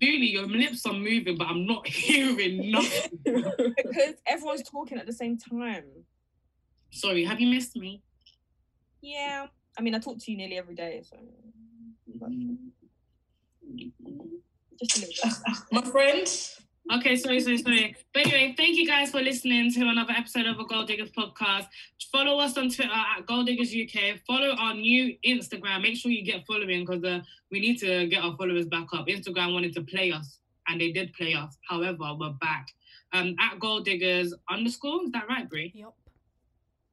S3: Julie, your lips are moving, but I'm not hearing nothing.
S9: because everyone's talking at the same time.
S3: Sorry, have you missed me?
S9: Yeah. I mean, I talk to you nearly every day, so.
S7: Mm.
S9: Just a little bit.
S3: My friend. Okay, sorry, sorry, sorry. But anyway, thank you guys for listening to another episode of a Gold Diggers podcast. Follow us on Twitter at Gold Diggers UK. Follow our new Instagram. Make sure you get following because uh, we need to get our followers back up. Instagram wanted to play us and they did play us. However, we're back. Um, at Gold Diggers underscore. Is that right, Brie?
S4: Yep.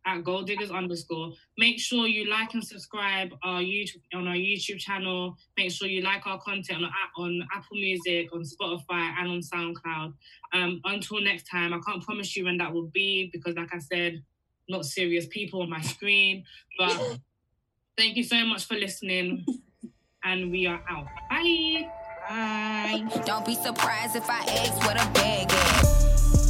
S3: At Gold Diggers underscore. Make sure you like and subscribe our YouTube on our YouTube channel. Make sure you like our content on, on Apple Music, on Spotify, and on SoundCloud. Um, until next time, I can't promise you when that will be because, like I said, not serious people on my screen. But thank you so much for listening, and we are out. Bye.
S9: Bye.
S2: Don't be surprised if I ask what a bag is.